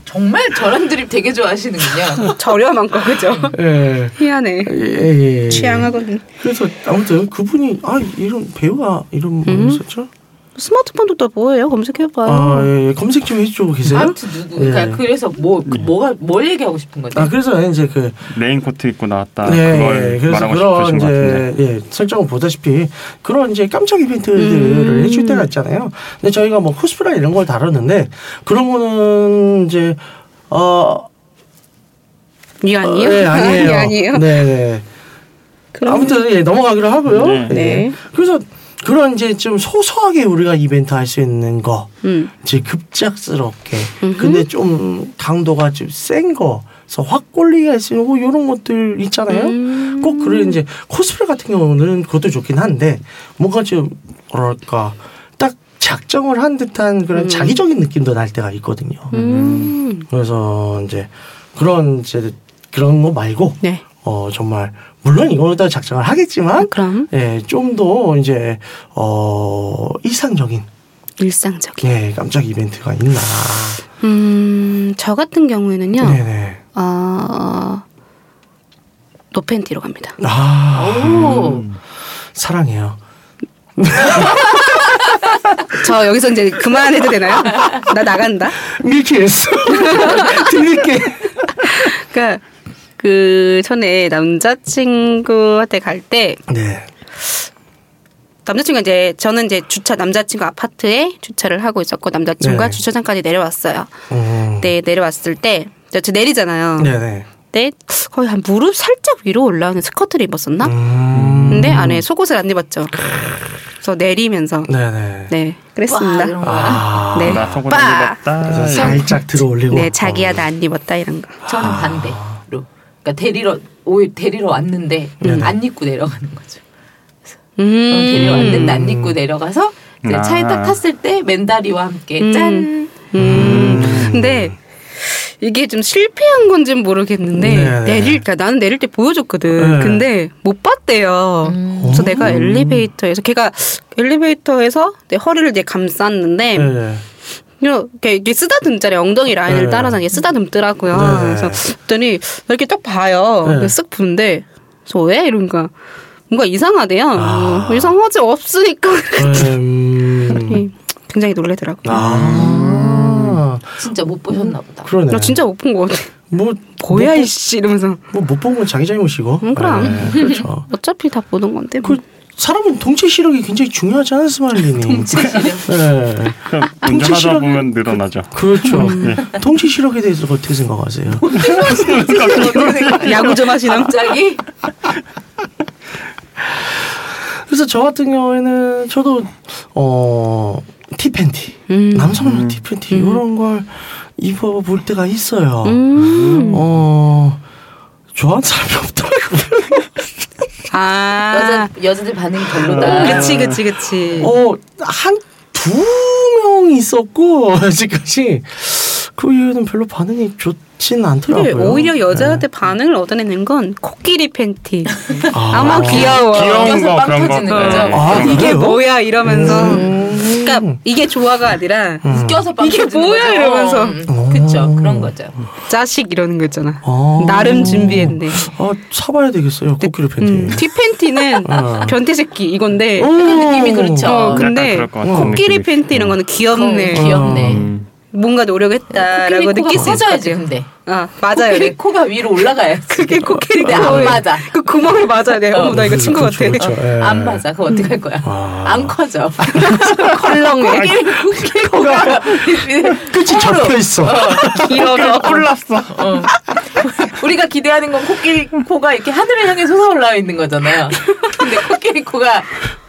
G: 정말 저런 드립 되게 좋아하시는군요.
F: 저렴한 거 그죠?
D: 예.
F: 음. 희한해.
D: 예, 예.
F: 취향하거든.
D: 그래서 아무튼 그분이 아 이런 배우가 이름 뭐였었죠?
F: 스마트폰도 다 뭐예요? 검색해봐요.
D: 아 예, 예. 검색 좀 해주고 계세요.
G: 아무튼 누구 그러니까
D: 예.
G: 그래서 뭐
F: 네.
G: 그, 뭐가 뭘 얘기하고 싶은 거지?
D: 아 그래서 이제 그
H: 레인코트 입고 나왔다.
D: 예,
H: 아, 그걸
D: 예, 그래서
H: 말하고
D: 그런
H: 싶으신 것 같은데.
D: 이제 예, 설정을 보다시피 그런 이제 깜짝
F: 음.
D: 이벤트들을 해줄 때가 있잖아요. 근데 저희가 뭐 코스프레 이런 걸 다뤘는데 그런 거는 이제 어
F: 이 예. 아니에요?
D: 어, 네, 아니에요.
F: [LAUGHS] 이 아니에요.
D: 네, 네.
F: 그럼-
D: 아무튼 예, 넘어가기로 하고요.
H: 네.
D: 예.
F: 네.
D: 그래서 그런 이제 좀 소소하게 우리가 이벤트 할 수 있는 거,
F: 음.
D: 이제 급작스럽게, 근데 좀 강도가 좀 센 거, 그래서 확 꼴리게 할 수 있는 거 이런 것들 있잖아요.
F: 음.
D: 꼭 그런 이제 코스프레 같은 경우는 그것도 좋긴 한데 뭔가 좀 뭐랄까 딱 작정을 한 듯한 그런 자기적인 느낌도 날 때가 있거든요.
F: 음.
D: 그래서 이제 그런 이제 그런 거 말고
F: 네.
D: 어 정말 물론 이거다 작정을 하겠지만
F: 음, 그럼
D: 예, 좀 더 이제 어 일상적인
F: 일상적인.
D: 예, 깜짝 이벤트가 있나.
F: 음, 저 같은 경우에는요.
D: 네, 네.
F: 아, 노팬티로 갑니다.
D: 아,
G: 오.
D: 사랑해요.
F: 저 여기서 이제 그만해도 [LAUGHS] 되나요? 나 나간다.
D: [LAUGHS] 밀키에스. 드릴게.
F: 그러니까 그 전에 남자친구한테 갈 때
D: 네.
F: 남자친구가 이제 저는 이제 주차 남자친구 아파트에 주차를 하고 있었고 남자친구가
D: 네네.
F: 주차장까지 내려왔어요.
D: 음.
F: 네 내려왔을 때 이제 저 내리잖아요.
D: 네, 네.
F: 네 거의 한 무릎 살짝 위로 올라오는 스커트를 입었었나?
D: 음.
F: 근데 안에 속옷을 안 입었죠. 그래서 내리면서
D: 네, 네.
F: 네
G: 와,
F: 그랬습니다.
G: 이런 거.
D: 아.
F: 네.
H: 나 속옷
F: 빠!
H: 안 입었다.
D: 그래서 살짝 들어 올리고.
F: 네 자기야 나 안 입었다 이런 거.
G: 저는 반대로. 그러니까 데리러 오히 데리러 왔는데 안 입고 내려가는 거죠.
F: 음.
G: 어, 데려왔는데 안 입고 내려가서 이제
H: 아.
G: 차에 딱 탔을 때 맨다리와 함께
F: 음.
G: 짠.
F: 음. 근데 이게 좀 실패한 건지 는 모르겠는데
D: 네네.
F: 내릴 그러니까 나는 내릴 때
D: 네.
F: 보여줬거든. 근데 못 봤대요. 그래서 내가 엘리베이터에서 걔가 엘리베이터에서 내 허리를 이제
D: 네,
F: 감쌌는데
D: 네.
F: 이렇게 이게 쓰다듬 자리 엉덩이 라인을
D: 네.
F: 따라서 이게 쓰다듬더라고요.
D: 네네.
F: 그래서 그랬더니 이렇게 딱 봐요.
D: 네.
F: 그래서 쓱 보는데 저 왜 이런 거 뭔가 이상하대요.
D: 아.
F: 어, 이상하지 없으니까
D: 음.
F: 굉장히 놀래더라고요.
D: 아.
G: 진짜 못 보셨나 보다. 네.
D: 그러네.
F: 나 진짜 못 본 거 같아.
D: 뭐
F: 뭐야 이씨 이러면서
D: 뭐못 본 건 자기 잘못이고.
F: 음, 그럼.
D: 네, 그렇죠.
F: 어차피 다 보는 건데 뭐.
D: 그 사람은 동체 시력이 굉장히 중요하지 않아
F: [LAUGHS]
D: 스마일리님. 동체 시력. 네.
H: 그럼
D: 아,
H: 운전하다 보면
D: 그
H: 늘어나죠.
D: 그렇죠. 동체 시력에 대해서 어떻게 생각하세요? 그러니까.
F: 야구 좀 하시나?
G: 갑자기
D: 그래서 저 같은 경우에는 저도 어 티팬티 남성용 티팬티 이런 걸 입어볼 때가 있어요. 어 좋아하는 사람이 없더라고요.
G: 여자 여자들 반응 이 별로다.
F: 아. 그치 그치 그치.
D: 어, 한, 두 명이 있었고, [LAUGHS] 지금까지. 그 이유는 별로 반응이 좋진
F: 그래,
D: 않더라고요. 네.
F: 오히려 여자한테 반응을 얻어내는 건 코끼리 팬티.
D: 아.
F: 아, 마 귀여워.
D: 귀여운 거, 빵 그런 거.
H: 예,
G: 네.
D: 터지는 거죠. 아,
F: 이게
D: 그래요? 음.
F: 뭐야 이러면서. 그러니까 이게 조화가 아니라
G: 웃겨서 빵
F: 음. 이게
G: 터지는
F: 뭐야
G: 거죠. 음.
F: 이러면서. 음.
G: 그쵸 그런 거죠.
F: 자식 이러는 거 있잖아.
D: 아.
F: 나름 준비했네.
D: 아, 사봐야 되겠어요, 코끼리 팬티.
F: 음, 뒷 팬티는
D: 어.
F: 변태 새끼 이건데
G: 느낌이 그렇죠.
F: 어,
G: 약간
F: 근데
G: 그럴 것 같은
F: 코끼리
G: 느낌이
F: 팬티 이런 거는 귀엽네.
G: 어, 귀엽네.
F: 뭔가 노력했다라고
G: 코끼리 코가
F: 느낄 수 있을 것
G: 커져야지,
F: 같아요.
G: 근데.
F: 아 맞아요.
G: 코끼리 코가 위로 올라가야지.
F: 그게 코끼리
G: 근데 안
F: 코에
G: 맞아.
F: 그 구멍을 맞아야 돼. 어머 나
G: 그
F: 이거 친구 같아. [LAUGHS]
G: 어, 안 맞아. 그거 어떻게 할 거야? 안 커져.
F: 컬렁해.
G: 코끼리 코가
D: 끝이 접혀 있어.
F: 길어서
D: 콜랐어.
G: 우리가 기대하는 건 코끼리 코가 이렇게 하늘을 향해 솟아올라 있는 거잖아요. 근데 코끼리 코가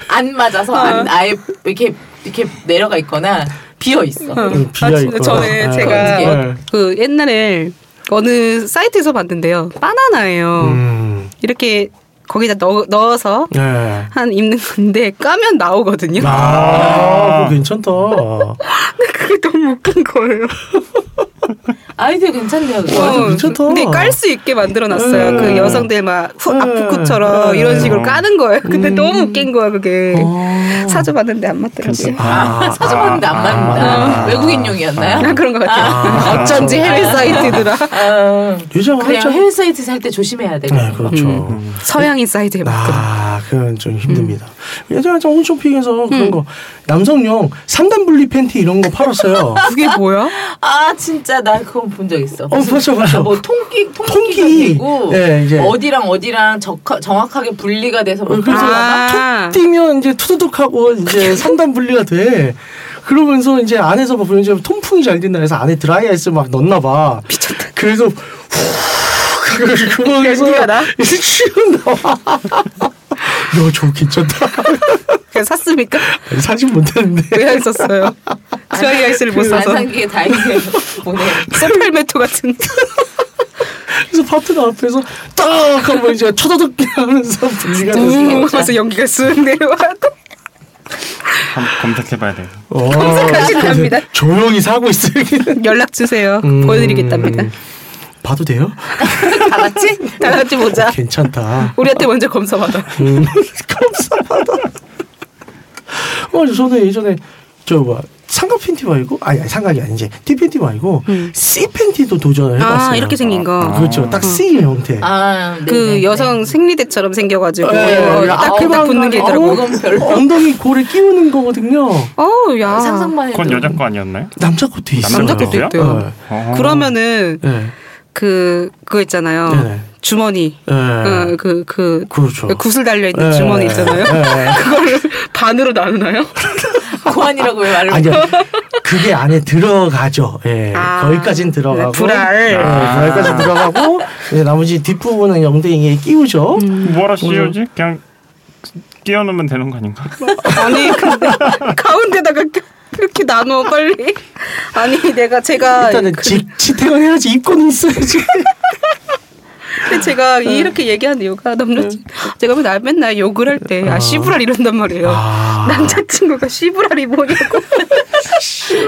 G: 안 맞아서
F: 어.
G: 안, 아예 이렇게 이렇게 내려가 있거나 음, 비어 있어.
F: 응. 아, 진짜 저는 제가 그 옛날에 어느 사이트에서 봤는데요. 바나나예요.
G: 음.
D: 음.
F: 이렇게 거기다 넣, 넣어서
D: 네.
F: 한 입는 건데 까면 나오거든요.
D: 아, 그거 괜찮다.
F: [LAUGHS] 그게 너무 웃긴 거예요.
G: 아이디어 괜찮네요. 그거.
F: 어, 근데 깔 수 있게 만들어놨어요.
G: 네.
F: 그 여성들 막 후,
G: 음.
F: 아프쿠처럼 이런 식으로 까는 거예요. 근데 너무 웃긴 거야 그게.
G: 어.
F: 사줘봤는데 안 맞더라고요.
G: 아, 사정하는데 안
D: 아.
G: 맞는다. 외국인용이었나요?
F: 아, 그런 것 같아요.
G: 아.
D: 그렇죠.
F: 어쩐지 해외 사이트더라.
G: 아,
D: 요즘
G: 그래요.
D: 하죠.
G: 해외 사이트 살 때 조심해야 돼.
D: 네, 그렇죠.
F: 서양인 사이트에 맞거든.
D: 아, 그건 좀 힘듭니다. 예전에 저 홈쇼핑에서 그런 거, 남성용 3단 분리 팬티 이런 거 팔았어요.
F: 그게 뭐야?
G: 아 진짜 나 그건 본 적 있어.
D: 어, 그렇죠, 그렇죠.
G: 뭐 통끼 통끼가
D: 통끼.
G: 되고
D: 예, 이제.
G: 어디랑 어디랑 적하, 정확하게 분리가 돼서 뭐
D: 어, 그래서
F: 아.
D: 툭 뛰면 이제 투두둑하고 이제 3단 분리가 돼. 그러면서 이제 안에서 막 보면 이제 통풍이 잘 된다 해서 안에 드라이아이스 막 넣나 봐. 미쳤다. 그래서 후 그거에서
F: 연기가 나?
D: 이제 [LAUGHS] 치운 나와. 야, 저거 괜찮다.
F: 그냥 샀습니까?
D: 사진 못했는데.
F: 왜 안 썼어요? 드라이아이스를 못
G: 안
F: 사서.
G: 산기에 그 다행이에요. 보내.
F: 소팔메토 같은.
D: 그래서 파트너 앞에서 딱 한번 이제 쳐다득 하면서 음. 분리가 됐어.
F: 우 하면서 연기가 쓱 내려와.
H: 한번 검색해봐야 돼요.
D: 어,
F: 검색하신답니다.
D: 그래서 조용히 사고 있어요. [LAUGHS]
F: 연락 주세요.
D: 음.
F: 보여드리겠답니다.
D: 봐도 돼요?
F: 다 같이? 다 같이 보자.
D: 괜찮다.
F: 우리한테 먼저 검사받아.
D: 음, [LAUGHS] 감사하다. 어, 저는 예전에 저 뭐, 삼각 팬티 말고 아니 아니, 삼각이 아니지 T 팬티 말고 C 팬티도 도전을 해봤어요.
F: 음. 아, 이렇게 생긴 거. 음.
D: 그렇죠. 딱 C 형태.
G: 아,
F: 그 여성 생리대처럼 생겨가지고
D: 예,
F: 어,
D: 예.
F: 딱,
D: 앞에만
F: 딱 붙는 게
D: 어,
F: 있더라고. [LAUGHS]
G: 그건 별로.
D: 엉덩이 고를 끼우는 거거든요.
F: 어우
G: 아.
F: 야.
G: 상상만 해도
F: 네.
H: 그건 여자 거 아니었나요?
D: 남자 것도 있어요.
H: 남자
F: 것도
H: 거고요?
F: 있대요.
D: 아.
H: 어.
F: 그러면은
D: 예. 예.
F: 그 그거 있잖아요.
D: 네네.
F: 주머니.
D: 예.
F: 그그 그,
D: 그렇죠.
F: 구슬 달려 있는
D: 예.
F: 주머니 있잖아요.
D: 예.
F: 그거를 반으로
D: [LAUGHS]
F: 나누나요?
G: 고안이라고 왜 말을
F: [LAUGHS]
D: 아니요. 그게 안에 들어가죠. 예.
F: 아.
D: 거기까진 들어가고.
F: 네, 불알.
D: 예, 불알까지 들어가고, 이제 나머지 뒷부분은 엉덩이에 끼우죠.
F: 음.
H: 뭐라 씌우지? 그냥 끼워 넣으면 되는 거
F: [LAUGHS]
H: 아닌가?
F: 아니 근데 가운데다가 껴- 이렇게 나눠 빨리. 아니 내가 제가
D: 일단은
F: 그-
D: 직, 지탱을 해야지 입고는
F: [LAUGHS]
D: 있어야지.
F: 근데 제가
D: 네.
F: 이렇게 얘기하는 이유가 남자 제가 맨날 맨날 욕을 할 때 아 씨부랄 이런단 말이에요.
D: 아.
F: 남자친구가 씨부랄이 뭐냐고.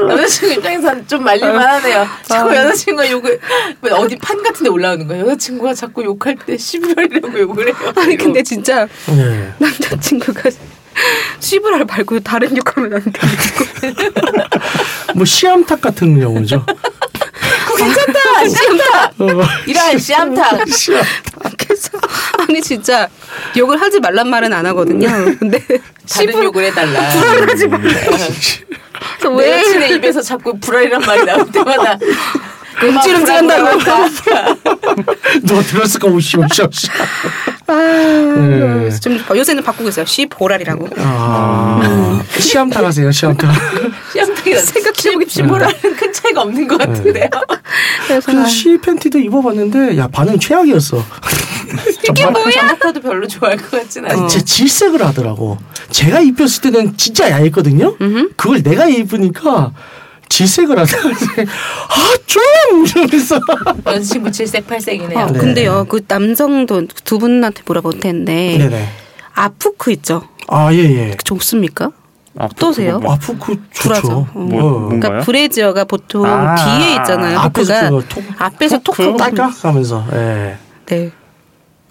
G: 남자친구 입장에서는 좀 말릴만하네요. 자꾸 여자친구가 욕을 뭐 어디 판 같은데 올라오는 거예요. 여자친구가 자꾸 욕할 때 시부랄이라고 욕을 해요.
F: 아니 근데 진짜
D: 네.
F: 남자친구가 씨부랄 말고 다른 욕하면 안 돼.
D: 뭐 시암탉 같은 경우죠. 어, 뭐
G: 그거 괜찮다. 씨암타. 이런 씨암타.
F: [LAUGHS] 그래서 아니 진짜 욕을 하지 말란 말은 안 하거든요. 근데
G: 다른 욕을 해달라. 네.
F: 하지
D: 음.
F: 마. 그래서
G: 내
F: 왜
G: 여친의 입에서 자꾸 불알이란 말이 나올 때마다
F: 움찔움찔한다고.
D: 너 들었을까? 오씨, 오씨, 오씨.
F: 아, 좀 요새는 바꾸고 있어요. 씨보랄이라고.
D: 네. 아, 시암탉 하세요, 시암탉.
F: 아.
G: 시암탕이라
F: 생각해보기
G: 시부랄은 큰 차이가 없는 것 같은데요.
D: 그래서 시 팬티도 입어봤는데, 야, 반응 최악이었어.
G: 이게 뭐야? 음. 어. 장갑타도 별로 좋아할 것 같진
F: 어.
G: 않아요.
D: 진짜 질색을 하더라고. 제가 입혔을 때는 진짜 얇거든요? 그걸 내가 입으니까 질색을 하다가 아좀 이러면서
G: 어. 여자친구 질색 팔색이네요.
F: 아, 근데요 그 남성도 두 분한테 물어봤는데
D: 네네.
F: 아프크 있죠?
D: 아 예예.
F: 좋습니까?
H: 아, 뭐,
F: 어떠세요?
D: 아프크
F: 불하죠.
D: 좋죠. 뭐,
F: 그러니까 브레지어가 보통
D: 아,
F: 뒤에 있잖아요.
D: 앞에서
F: 아프가
D: 그거 톡-
F: 앞에서 톡톡
D: 딸깍하면서 예.
F: 네.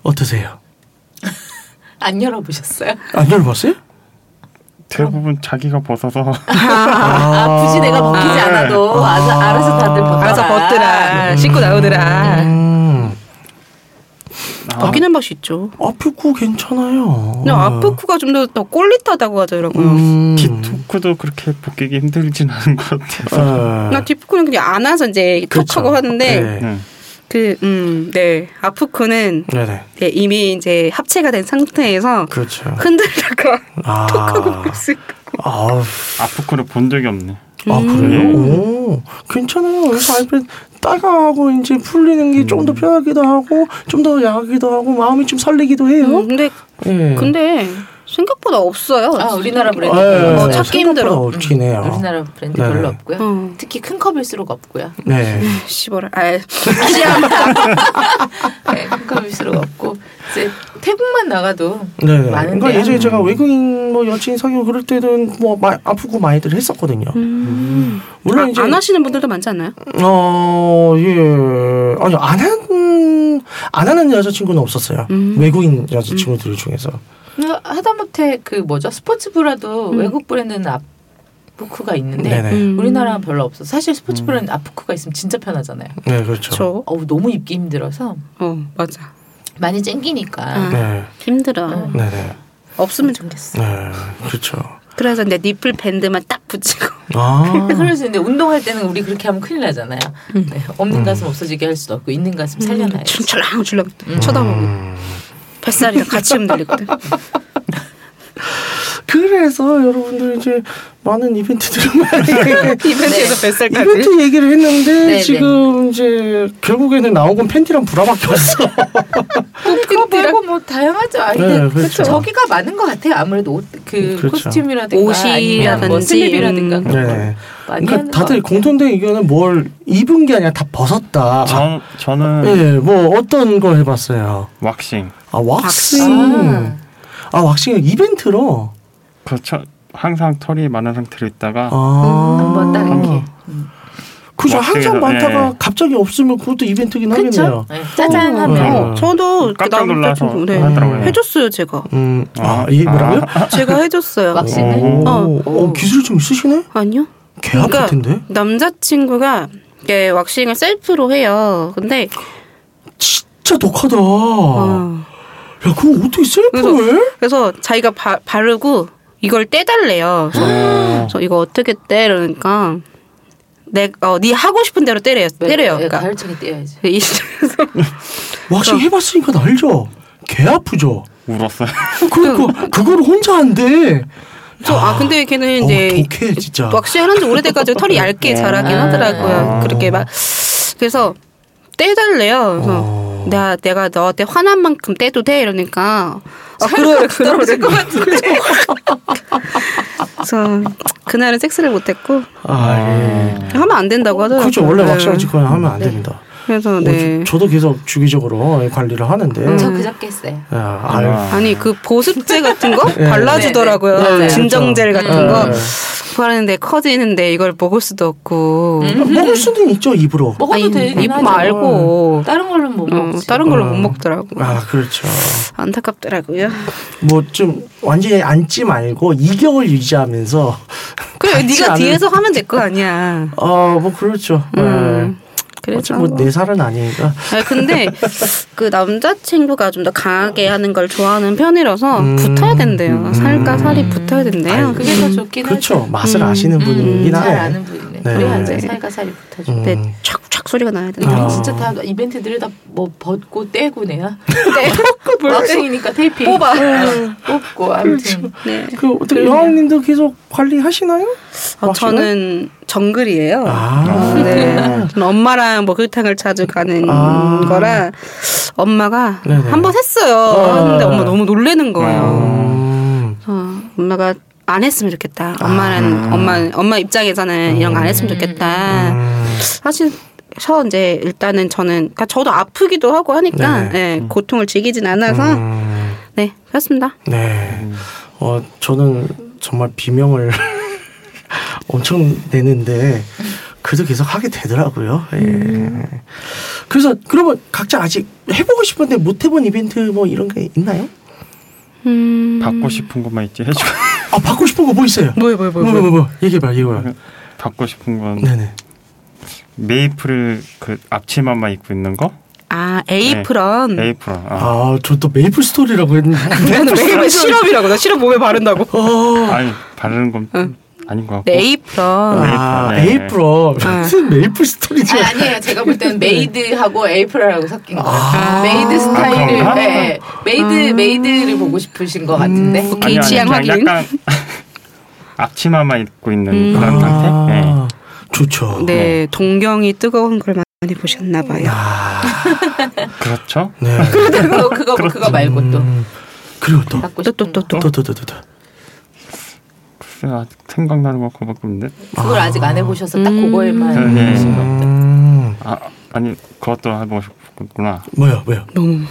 D: 어떠세요?
G: 안 열어보셨어요?
D: 안 열어봤어요?
H: 뭐, 대부분 자기가 벗어서
G: 아, 굳이 내가 벗기지 않아도 알아, 알아서 다들 벗더라. 음.
F: 알아서 벗더라. 씻고 나오더라.
D: 아.
F: 벗기는 맛이 있죠.
D: 음. 아프쿠 괜찮아요. 어.
F: 그냥 아프쿠가 좀 더 꼴릿하다고 하더라고요.
D: 음.
H: [LAUGHS] 디토크도 그렇게 벗기기 힘들진 않은 것
D: 예.
F: 어.
H: 같아서
F: 나 뒷부분은 그냥 안아서 이제
D: 그렇죠.
F: 톡하고 하는데
H: 네.
F: 그, 음, 네. 아프쿠는
D: 예. 네네.
F: 네, 이미 이제 합체가 된 상태에서
D: 그렇죠.
F: 흔들다가 [LAUGHS]
D: 아.
F: 톡하고 볼수 있고.
D: 아우.
H: 아프쿠를 본 적이 없네.
D: 아 그래요?
H: 음.
D: 오, 괜찮아요. 그래서 아이패드 따가하고 이제 풀리는 게 좀 더 편하기도 하고 좀 더 약하기도 하고 마음이 좀 설레기도 해요.
F: 근데
D: 예.
F: 근데 생각보다 없어요.
G: 아, 우리나라 브랜드.
D: 예,
G: 뭐
D: 생각보다
F: 찾기 힘들어.
D: 없긴 해요.
G: 우리나라 브랜드
D: 네네.
G: 별로 없고요. 특히 큰 컵일수록 없고요.
D: 네.
F: 씨발. 아,
D: [LAUGHS]
G: 네, 큰 컵일수록 없고 이제 태국만 나가도
D: 네.
G: 많은데
D: 그러니까 예전에 제가 외국인 뭐 여친 사귀고 그럴 때는 뭐 마- 아프고 많이들 했었거든요. 물론
F: 음. 아,
D: 이제
F: 안 하시는 분들도 많지 않나요?
D: 어, 예. 아니, 안 한, 안 하는 여자친구는 없었어요. 외국인 여자친구들 중에서.
G: 음. 어, 하다못해 그 뭐죠 스포츠 브라도 외국 브랜드는 아프쿠가 있는데
D: 네네. 음.
G: 우리나라는 별로 없어. 사실 스포츠 브랜드 아프쿠가 있으면 진짜 편하잖아요.
D: 네, 그렇죠.
G: 어우 너무 입기 힘들어서
F: 어 맞아.
G: 많이 쨍기니까.
D: 네.
F: 힘들어.
G: 음.
D: 네, 네.
F: 없으면 좋겠어.
D: 네, 그렇죠.
F: 그래서 이제 니플 밴드만 딱 붙이고.
D: 아.
G: 네, 그래서 근데 운동할 때는 우리 그렇게 하면 큰일 나잖아요. 네,
D: 음.
G: 없는 가슴 없어지게 할 수도 없고 있는 가슴 살려놔야 지 음.
F: 줄랑줄랑 쳐다보고 뱃살이랑 같이 흔들리거든.
D: 그래서 여러분들 이제 많은 이벤트들을 [LAUGHS] 많이
F: [LAUGHS] 네. 이벤트에서 뱃살까지.
D: 이벤트 얘기를 했는데
F: 네,
D: 지금 이제 결국에는 나온 건 팬티랑 브라밖에 없어.
G: 그거 말고 뭐 다양하죠. 아니 근데
D: 네,
G: 그렇죠.
D: 그렇죠.
G: 저기가 많은 것 같아요. 아무래도 옷, 그
D: 그렇죠.
G: 코스튬이라든가 아니면 뭐
F: 옷이라든지,
G: 슬립이라든가
F: 음.
G: 그런
D: [LAUGHS]
G: 거
D: 네.
G: 많이
D: 그러니까
G: 하는 것
D: 다들 공통된 의견은 뭘 입은 게 아니라 다 벗었다.
H: 전 저는
F: 네.
D: 예, 뭐 어떤 걸 해봤어요.
H: 왁싱.
D: 아 왁싱. 아 왁싱 이벤트로.
H: 그렇죠. 항상 털이 많은 상태로 있다가
D: 음,
F: 어.
D: 한번
H: 게.
D: 아. 그죠.
H: 왁싱에서,
D: 항상 많다가
H: 예.
D: 갑자기 없으면 그것도 이벤트긴 하겠네요. 음.
G: 네, 짜잔 하면 뭐
D: 네.
F: 저도 그
H: 아, 깜짝
F: 나무
H: 놀라서
F: 뱃살 네.
H: 하더라고요.
F: 해줬어요 제가.
D: 음, 아, 이 뭐라고요?
F: 제가 [LAUGHS] 해줬어요.
G: 왁싱을
D: 오, 어, 기술 좀 있으시네?
F: 아니요.
D: 개 아플
F: 그러니까
D: 텐데?
F: 남자친구가 이게 왁싱을 셀프로 해요. 근데
D: 진짜 독하다.
H: 어.
F: 어.
D: 야, 그럼 어떻게 셀프를? 해?
F: 그래서 자기가 바, 바르고 이걸 떼달래요. 그래서,
H: 어.
F: 그래서 이거 어떻게 떼? 이러니까 내, 어, 네 하고 싶은 대로 때려요. 때려요. 그러니까
G: 네, 가열차게 떼야지.
F: 이 [LAUGHS] 시점에서
D: 왁싱 해봤으니까 나 알죠? 개 아프죠?
H: 울었어요.
D: 그러니까 그걸 혼자 한대.
F: 저, 아 근데 걔는 이제
D: 독해 진짜.
F: 왁싱 하는 지 오래돼가지고 털이
D: 예.
F: 얇게 자라긴
D: 아.
F: 하더라고요. 그렇게 막 그래서 떼달래요.
D: 어.
F: 그래서 내가 내가 너한테 화난 만큼 떼도 돼 이러니까 아 그래 그래 그래. 그래서 그날은 섹스를 못했고
D: 아, 예.
F: 하면 안 된다고 하더라고요.
D: 그렇죠. 원래 왁싱을
F: 네.
D: 찍거나 하면 안 됩니다.
F: 그래서
D: 어,
F: 네. 음.
D: 저, 도 계속 주기적으로 관리를 하는데.
G: 저 그저께 했어요.
D: 예, 아,
F: 아니 그 보습제 같은
D: [LAUGHS]
F: 거
D: 네.
F: 발라주더라고요.
D: 네, 네.
F: 진정제를
D: 그렇죠.
F: 같은 거
D: 네.
F: 바르는데 커지는데 이걸 먹을 수도 없고
D: 먹을 수는 있죠 입으로.
G: 음? 먹어도 되긴
F: 입
G: 하죠. 음.
F: 말고
G: 다른 걸로는 못
F: 어,
G: 먹지.
F: 다른 걸로
D: 어.
F: 못 먹더라고.
D: 아 그렇죠.
F: 안타깝더라고요.
D: 뭐 좀 완전히 앉지 말고 이격을 유지하면서.
F: [LAUGHS] 그래
D: 같이
F: 네가
D: 안
F: 뒤에서 하면 될 거 아니야.
D: 어뭐 그렇죠.
F: 음,
D: 예.
F: 그래서
D: 어차피 뭐내 살은 아니니까.
F: 아 근데 그 남자친구가 좀 더 강하게 하는 걸 좋아하는 편이라서
D: 음.
F: 붙어야 된대요. 살과 살이 붙어야 된대요.
D: 아유,
G: 그게 더 좋긴
D: 그렇죠.
G: 하죠. 음,
D: 맛을 아시는 분이긴
G: 잘
D: 하네.
G: 아는 분이네.
D: 네.
G: 그래야지
D: 네.
G: 살과 살이 붙어줘.
D: 음.
F: 네, 촥촥 소리가 나야 된다.
D: 아.
G: 우리 진짜 다 이벤트들을 다 뭐 벗고 [LAUGHS] 떼고네요. [LAUGHS] 떼고 왁싱이니까 테이핑 뽑아 그렇죠. 뽑고 아무튼
F: 네.
D: 그 어떻게 여왕님도 계속 관리하시나요?
F: 어, 저는 정글이에요.
D: 아,
F: 네. 저는 엄마랑 목욕탕을 자주 가는
D: 아.
F: 거라 엄마가
D: 네네. 어.
F: 한 번 했어요.
D: 아.
F: 하는데 엄마 너무 놀래는 거예요.
D: 음.
F: 어, 엄마가 안 했으면 좋겠다. 엄마는 엄마 엄마 입장에서는 이런 거 안 했으면 좋겠다.
D: 음.
F: 사실 서 이제 일단은 저는 그러니까 저도 아프기도 하고 하니까
D: 네. 음.
F: 예, 고통을 즐기진 않아서 네 그렇습니다.
D: 네. 어, 저는 정말 비명을 [LAUGHS] 엄청 내는데, 그래도 계속 하게 되더라고요. 예. 그래서, 그러면 각자 아직 해보고 싶은데 못 해본 이벤트 뭐 이런 게 있나요?
F: 음.
H: 받고 싶은 것만 있지 해줘.
F: 네.
D: 아, 받고 싶은 거 뭐 있어요?
F: 뭐요, 뭐요,
D: 뭐요, 뭐요, 뭐요? 얘기해봐, 얘기해봐.
H: [LAUGHS] 받고 싶은 건
D: 네네.
H: 메이플 그 앞치마만 입고 있는 거?
F: 아 에이프런
H: 네, 에이프런. 아.
D: 아, 저 또 메이플 스토리라고 했는데.
F: 저는 메이플 시럽이라고 나 시럽 몸에 바른다고.
D: 어.
H: 니 바르는 건 아닌 것 같고.
F: 네, 에이프런
D: 아,
H: 메이플, 네.
D: 에이프로. 무슨 메이플 스토리지?
G: 아, 아니에요. 제가 볼
H: 네.
G: 때는 메이드하고 에이프라라고 섞인 거예요. 메이드 스타일을,
H: 아. 그런가? 아.
G: 네, 메이드, 메이드를 보고 싶으신 것 같은데.
F: 오케이
H: 아니, 아니,
F: 지향
H: 그냥
F: 확인. 네,
H: 약간 [LAUGHS] 앞치마만 입고 있는
F: 음.
H: 그런 상태. 네.
D: 아, 좋죠.
F: 네, 동경이 뜨거운 걸 많이 보셨나 봐요.
H: 그렇죠.
D: 네.
G: 그거, 그거, 그거 말고 또.
D: 음, 그리고 또.
G: 갖고
F: 또
G: 싶은
F: 또 또 또.
D: 또, 또, 또, 또, 또.
H: 글쎄 아직 생각나는 것 그거밖에 없는데.
G: 그걸 아직 안 해보셔서 딱
F: 음.
G: 그거에만.
H: 네.
D: 음,
H: 아 아니 그것도 해보고 싶구나.
D: 뭐야, 뭐야.
F: 너무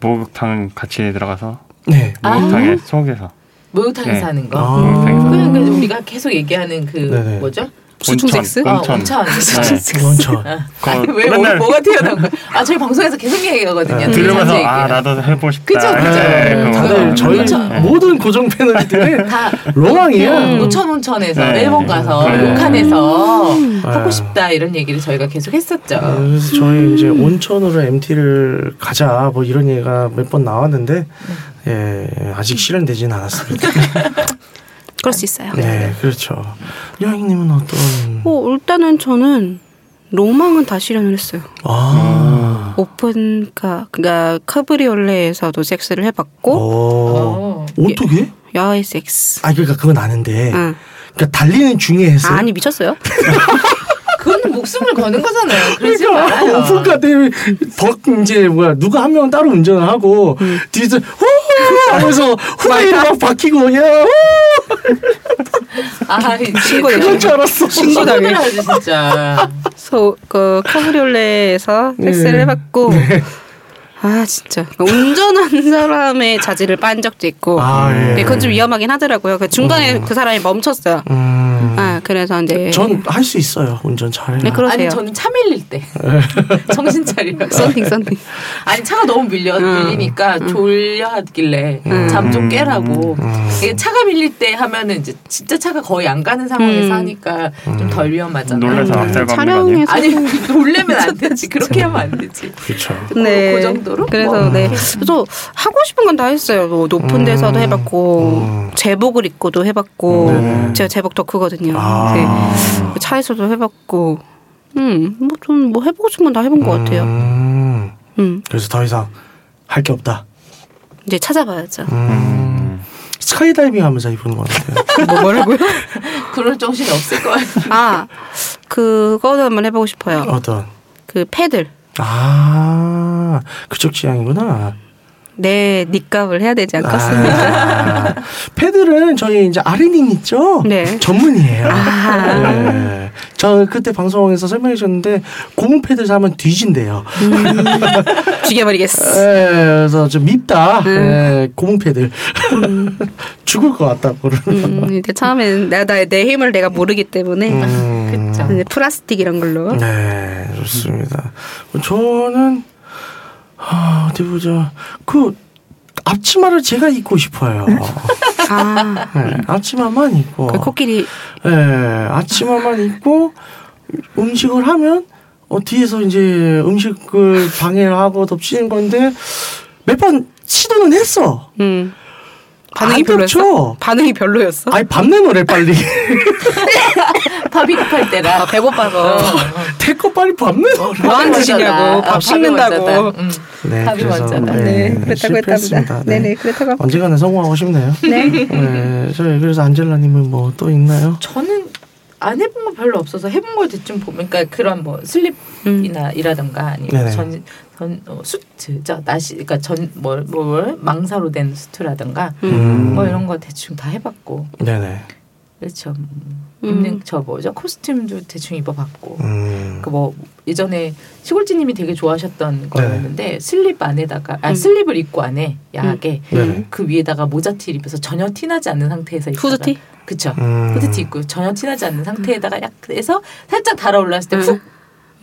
H: 목욕탕 같이 들어가서
D: 네.
G: 아,
H: 목욕탕에 속에서
G: 목욕탕에서
H: 네.
G: 하는 거.
D: 아.
H: 목욕탕에서
G: 그냥 그 우리가 계속 얘기하는 그
D: 네네.
G: 뭐죠?
F: 수중 섹스?
H: 온천.
G: 아, 온천.
H: 네.
D: 원천.
G: 아니
H: 그거
G: 왜 뭐,
H: 맨날
G: 뭐가 튀어나온 거야? 아 저희 방송에서 계속 얘기하거든요. 되게 자주
H: 들으면서 아
G: 얘기해요.
H: 나도 해보고 싶다.
G: 그쵸, 그쵸.
H: 네, 그거.
D: 다들 저희
H: 네.
D: 모든 고정 패널들의
G: [LAUGHS] 다
D: 로망이에요.
G: 음, 노천 온천에서
H: 네.
G: 일본 가서
H: 네.
G: 북한에서 하고
D: 네.
G: 싶다 이런 얘기를 저희가 계속
H: 네.
G: 했었죠.
D: 아, 그래서 저희 이제 온천으로 MT를 가자 뭐 이런 얘기가 몇 번 나왔는데
G: 네.
D: 예 아직 실현되진
G: [LAUGHS]
D: 않았습니다.
F: 그럴 수 있어요.
D: 네 그렇죠. 여행님은 어떤
F: 뭐 일단은 저는 로망은 다 실현을 했어요.
H: 음.
D: 아
F: 오픈카 그러니까 카브리올레에서도 섹스를 해봤고
D: 오.
G: 어.
D: 어? 어떻게?
F: 야외 섹스.
D: 아 그러니까 그건 아는데
F: 응.
D: 그러니까 달리는 중에
F: 아,
D: 했어요.
F: 아니 미쳤어요? [LAUGHS]
G: 그건 목숨을 거는 거잖아요. 그러지
D: 그러니까
G: 말아요.
D: 오픈카 대회 덕 이제 뭐야 누가 한 명 따로 운전을 하고
F: 음.
D: 뒤에서 후 하면서 후라이를 막 박히고 야
G: 아,
F: 친구예요.
D: 그런 줄 알았어.
G: 친구들 하지 진짜.
F: 그래서 그 카브리올레에서
D: 네.
F: 섹스를 해봤고 아 진짜 그러니까 운전한 사람의 자질을 빤 적도 있고
D: 아, 예. 어.
F: 네, 그건 좀 위험하긴 하더라고요. 그 중간에 그 사람이 멈췄어요.
D: 음.
F: 아 그래서 이제
D: 전
F: [LAUGHS]
D: 할 수 있어요. 운전 잘해요.
F: 네 그러세요.
G: 아니 저는 차 밀릴 때 [LAUGHS] 정신 차리라고.
F: 썬팅 썬팅.
G: 아니 차가 너무 밀려
F: 음.
G: 밀리니까 졸려하길래 잠 좀 깨라고 이게 차가 밀릴 때 하면은 이제 진짜 차가 거의 안 가는
F: 음.
G: 상황에서 하니까 좀 덜 위험하잖아.
H: 놀라서 앞살 박는 거 아니에요?
F: 촬영해서
G: 아니 놀래면 안 되지 그렇게 하면 안 되지.
D: 그렇죠.
F: 네.
G: 그 정도로?
F: 그래서
G: 뭐.
F: 네. 그래서 하고 싶은 건 다 했어요. 뭐 높은
D: 음.
F: 데서도 해봤고 제복을 입고도 해봤고 제가 제복 덕후거든요.
D: 음, 네, 아.
F: 네. 차에서도 해봤고 음뭐 좀 뭐 해보고 싶은 건 다 해본 것 같아요.
D: 음.
F: 음
D: 그래서 더 이상 할 게 없다.
F: 이제 찾아봐야죠.
D: 음. 스카이다이빙 하면서 입은 것 같아요. [LAUGHS]
F: 뭐 뭐라고요?
G: 그럴 정신이 없을 거야.
F: 아 그거도 한번 해보고 싶어요.
D: 어떤.
F: 그 패들
D: 아, 그쪽 취향이구나.
F: 내 닉값을 해야 되지 않겠습니까?
D: 아, 패들은 저희 이제 아린님 있죠?
F: 네. 아.
D: 전문이에요. 네. 저 그때 방송에서 설명해 주셨는데, 고무 패들 사면 뒤진대요.
F: 음.
D: 아.
F: [LAUGHS] 죽여버리겠어.
D: 예, 그래서 좀 밉다.
F: 음.
D: 예, 고무 패들. [LAUGHS] 죽을 것 같다고. 그러는.
F: 음, 이제 처음엔 내가 나- 내 힘을 내가 모르기 때문에
D: 음.
G: 그쵸.
F: 이제 플라스틱 이런 걸로.
D: 네, 좋습니다. 저는 아, 어디 보자. 그 앞치마를 제가 입고 싶어요.
F: [LAUGHS] 아,
D: 네, 앞치마만 입고.
F: 그 코끼리
D: 예, 앞치마만 입고 음식을 하면 어, 뒤에서 이제 음식을 방해를 하고 덮치는 건데 몇 번 시도는 했어.
F: 음.
D: 안
F: 반응이
D: 덮쳐.
F: 아, 별로였어? 반응이 별로였어?
D: 아니 밤내 노래
F: [LAUGHS]
D: 빨리.
G: 밥이 급할 때라
D: [LAUGHS]
F: 배고파서
D: 대거 빨리 밤내 노래.
F: 뭐 하는 짓이냐고
G: 아,
F: 밥
G: 밥이
F: 식는다고
G: 먼저다. 음.
D: 네,
G: 답이 맞잖아.
F: 네, 그랬다고 했답니다.
D: 실패했습니다.
F: 네, 네, 그랬다고 합니다.
D: 네, 언젠가는 성공하고 싶네요. 네. 저희 그래서 안젤라님은 뭐 또 있나요?
G: 저는 안 해본 거 별로 없어서 해본 걸 대충 보면 그러니까 그런 뭐 슬립이나 이라던가 아니면
D: 네네.
G: 전, 전 어, 수트 저 나시 그러니까 전뭐뭐 망사로 된 수트라던가
D: 음.
G: 뭐 이런 거 대충 다 해봤고
D: 네네.
G: 그렇죠 음, 입는 저 뭐죠 코스튬도 대충 입어봤고
D: 음.
G: 그 뭐 예전에 시골지님이 되게 좋아하셨던 거였는데 슬립 안에다가 아
F: 음.
G: 슬립을 입고 안에 야하게
D: 음. 네네.
G: 그 위에다가 모자티를 입어서 전혀 티나지 않는 상태에서 입다가
F: 후드티?
G: 그쵸
D: 음.
G: 후드티 입고 전혀 티나지 않는 상태에다가 약 해서 살짝 달아올랐을 때훅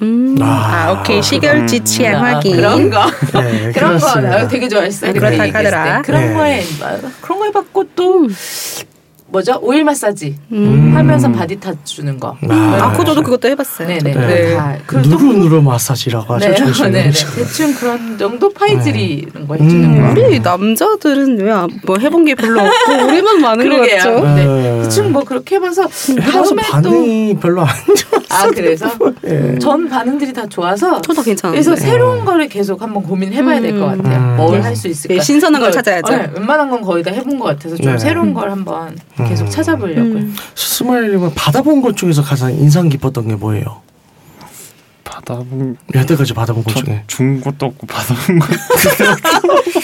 F: 음. 아, 오케이 시결지 취향 확인.
G: 그런 거
D: 네,
G: 그런 거
D: 그렇습니다.
G: 나 되게 좋아했어요
F: 네, 그렇다고
G: 그때 얘기했을 때.
F: 하더라.
G: 그런
D: 네.
G: 거에 막 그런 거 해봤고 또
F: 음.
G: 뭐죠 오일 마사지 하면서 바디 타주는 거
F: 아, 그 저도 그것도 해봤어요. 아.
G: 네네
D: 네.
G: 네. 다 그걸 또
D: 누르누르 마사지라고 하죠.
G: 네,
D: 정신없이.
G: 네, 네. 대충 그런 정도 파이질이 이런 거 해주는
D: 음.
G: 거.
F: 우리 남자들은 왜 뭐 해본 게 별로 없고 우리만 많은 것
G: 그러게요.
F: 같죠.
G: 네.
D: 네.
G: 대충 뭐 그렇게 해봐서
D: 해봐서
G: 다음에 또.
D: 반응이 별로 안 좋았어요.
G: 아 그래서
D: 예.
G: 전 반응들이 다 좋아서
F: 저도 괜찮은데.
G: 그래서 새로운 거를 계속 한번 고민해봐야 될 것 같아요.
D: 네. 음.
G: 뭘
D: 네.
G: 할 수 있을까?
F: 네, 신선한 걸 찾아야죠.
G: 네, 웬만한 건 거의 다 해본 것 같아서 좀
D: 네.
G: 새로운 걸 한번 계속
D: 음.
G: 찾아보려고요.
D: 스마일님은 받아본 것 중에서 가장 인상 깊었던 게 뭐예요?
H: 받아본
D: 여태까지 받아본 것
H: 저
G: 네.
D: 중에.
H: 준 것도 없고 받아본 것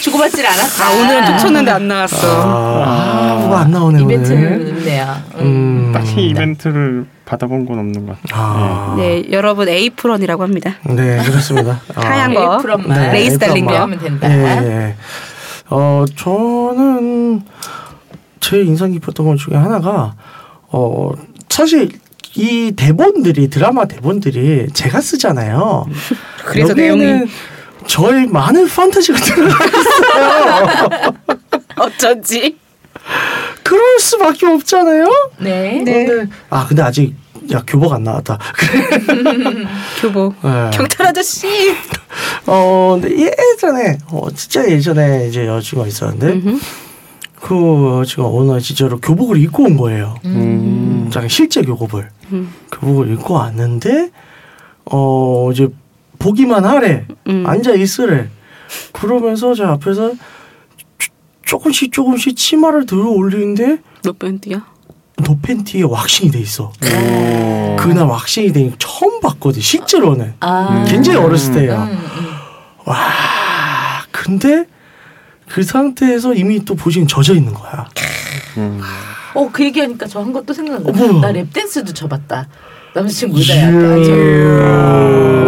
G: 주고받질 않았다. 네,
F: 아 오늘은 쫓았는데 안 나왔어.
D: 아, 뭐가 안 나오네 오늘.
G: 이벤트네요. 음.
D: 음.
H: 딱히 이벤트를 받아본 건 없는 것 같아요.
D: 아. 네.
F: 네 여러분 에이프런이라고 합니다.
G: [LAUGHS]
D: 그렇습니다. 아.
F: 하얀 거.
G: 에이프런만
D: 네,
F: 레이스 달린 거.
G: 하면 된다.
D: 예, 예. 어, 저는 제일 인상 깊었던 것 중에 하나가 어, 사실 이 대본들이 드라마 대본들이 제가 쓰잖아요.
F: [LAUGHS] 그래서
D: 여기에는
F: 내용이
D: 저의 많은 판타지가 들어가 있어요. [LAUGHS]
F: 어쩐지.
D: 그럴 수밖에 없잖아요.
G: 네.
D: 근데, 아 근데 아직 야 교복 안 나왔다.
F: 교복.
D: 예.
F: 경찰 아저씨.
D: 어, 근데 예전에, 어, 진짜 예전에 이제 여자친구가 있었는데, 그 여자친구가 어느 날 진짜로 교복을 입고 온 거예요.
H: 음.
D: 자기 실제 교복을.
G: 음.
D: 교복을 입고 왔는데, 어, 이제 보기만 하래.
F: 음.
D: 앉아있으래. 그러면서 제 앞에서 조- 조금씩 조금씩 치마를 들어 올리는데,
F: 몇 번이야?
D: 너 팬티에 왁싱이 돼 있어. 그날 왁싱이 돼 있는 거 처음 봤거든, 실제로는.
G: 아.
D: 굉장히 어렸을 때예요.
G: 음, 음.
D: 와 근데 그 상태에서 이미 또 보신 젖어 있는 거야.
H: 음.
G: 어, 그 얘기하니까 저 한 것도 생각나.
D: 어머. 예.
G: 나 랩댄스도 쳐봤다. 남자친구 무대야.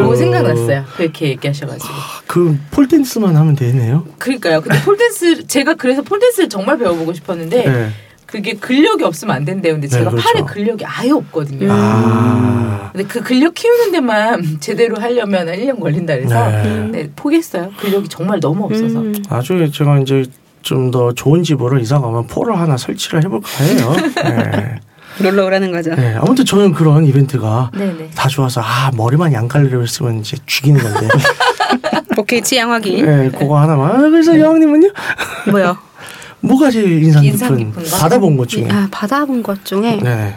G: 오, 생각났어요. 그렇게 얘기하셔가지고.
D: 그 폴댄스만 하면 되네요.
G: 그러니까요. 근데 폴댄스, 제가 그래서 폴댄스를 정말 배워보고 싶었는데, 그게 근력이 없으면 안 된대요. 근데
D: 네,
G: 제가
D: 그렇죠.
G: 팔에 근력이 아예 없거든요.
D: 아.
G: 근데 그 근력 키우는 데만 [LAUGHS] 제대로 하려면 1년 걸린다 그래서
D: 네.
G: 네, 포기했어요. 근력이 정말 너무 없어서.
D: 나중에 제가 이제 좀 더 좋은 집으로 이사 가면 포를 하나 설치를 해볼까 해요. 네.
F: 놀러 오라는 거죠.
D: 네. 아무튼 저는 그런 이벤트가
G: [LAUGHS] 네네.
D: 다 좋아서 아 머리만 양갈래로 쓰면 이제 죽이는
G: [LAUGHS]
D: 건데.
F: 오케이 취향 확인.
D: 네, 그거 하나만. 아, 그래서 여왕님은요?
F: 뭐야?
D: 뭐가 제일 인상 깊은?
G: 네. 인상 깊은 거? 네.
D: 받아본 것 중에.
F: 아 받아본 것 중에
D: 네네.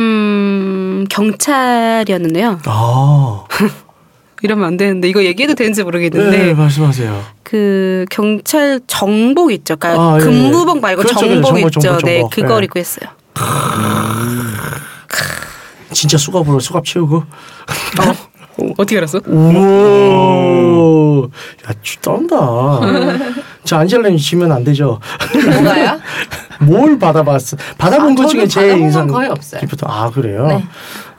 F: 음 경찰이었는데요.
D: 아.
F: 이러면 안 되는데 이거 얘기해도 되는지
D: 네,
F: 모르겠는데
D: 말씀하세요.
F: 그 경찰 정복 있죠. 그러니까
D: 아, 예, 예.
F: 근무복 말고
D: 그렇죠, 그렇죠.
F: 정복
D: 정복,
F: 있죠.
D: 정복,
F: 네,
D: 정복.
F: 그걸
D: 예.
F: 입고 했어요.
D: 진짜 수갑으로 수갑 채우고.
F: 어떻게 알았어?
D: 오, 야, 쥐 떤다. 저 안젤라님 지면 안 되죠. [LAUGHS]
G: 뭐가요?
D: 뭘 받아봤어? 받아본
G: 아,
D: 것
G: 저는
D: 중에 제일
G: 받아본 건
D: 인상
G: 거의 없어요.
D: 깊었던. 아, 그래요?
G: 네.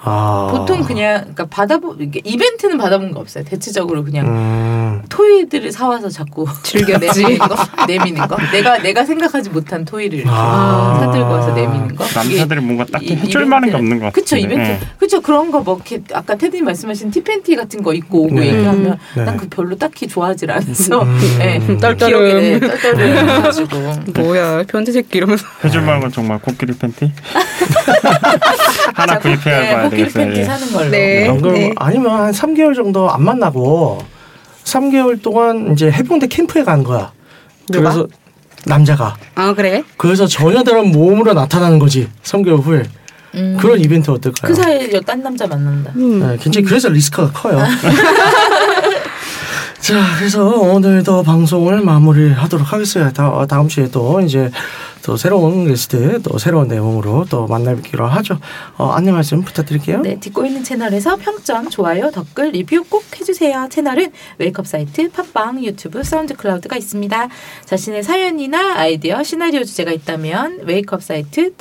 D: 아.
G: 보통 그냥 그러니까 받아보 이게 이벤트는 받아본 거 없어요. 대체적으로 그냥
D: 음.
G: 토이들을 사와서 자꾸 [LAUGHS] 즐겨 내미는 거, 내미는 거. 내가 내가 생각하지 못한 토이를 이렇게
D: 아.
G: 사들고 와서 내미는 거.
H: 남자들이 뭔가 딱히 해줄 만한 게 없는 것 같아요. 예.
G: 그렇죠 이벤트. 그렇죠 그런 거 뭐 아까 테디 말씀하신 티팬티 같은 거 입고 오고
D: 네.
G: 얘기하면
D: 네.
G: 난 그 별로 딱히 좋아하질 않아서
D: 음.
G: 예,
D: 음.
G: 기억에 네, 떨떠름 가지고.
F: 뭐야 변태 새끼 이러면서
H: 해줄
G: 네.
H: 만한 건 정말 코끼리
G: [LAUGHS]
H: 팬티 하나 구입해야 봐야
G: 네, 코끼리
H: 되겠어요.
G: 팬티
H: 예.
G: 사는 걸로.
F: 네.
D: 그럼 아니면 한 3개월 정도 안 만나고 3개월 동안 이제 해병대 캠프에 간 거야.
F: 누가?
D: 그래서 남자가.
F: 아 그래?
D: 그래서 전혀 다른 몸으로 나타나는 거지. 3개월 후에.
G: 음.
D: 그런 이벤트 어떨까요?
G: 그 사이에 딴 남자 만난다.
D: 네, 굉장히 그래서 리스크가 커요. 자, 그래서 오늘도 방송을 마무리하도록 하겠습니다. 다, 다음 주에 또 이제 또 새로운 게스트 또 새로운 내용으로 또 만나뵙기로 하죠. 어, 안내 말씀 부탁드릴게요.
G: 네, 듣고 있는 채널에서 평점, 좋아요, 댓글, 리뷰 꼭 해주세요. 채널은 웨이크업 사이트, 팟빵, 유튜브, 사운드 클라우드가 있습니다. 자신의 사연이나 아이디어, 시나리오 주제가 있다면 웨이크업 사이트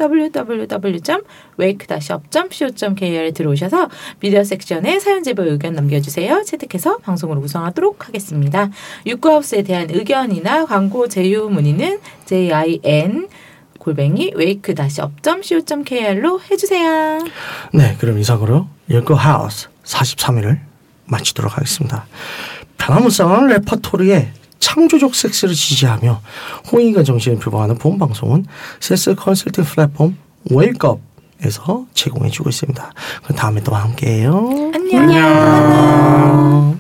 G: www.wake-up.co.kr에 들어오셔서 미디어 섹션에 사연 제보 의견 남겨주세요. 채택해서 방송으로 구성하도록 하겠습니다. 육구하우스에 대한 의견이나 광고 제휴 문의는 JIN 골뱅이 wake-up.co.kr로 해주세요.
D: 네, 그럼 이상으로 열거 하우스 43일을 마치도록 하겠습니다. 변화무쌍한 레퍼토리에 창조적 섹스를 지지하며 홍익과 정신을 표방하는 본 방송은 섹스 컨설팅 플랫폼 웨이크업에서 제공해주고 있습니다. 그럼 다음에 또 함께해요.
G: 안녕.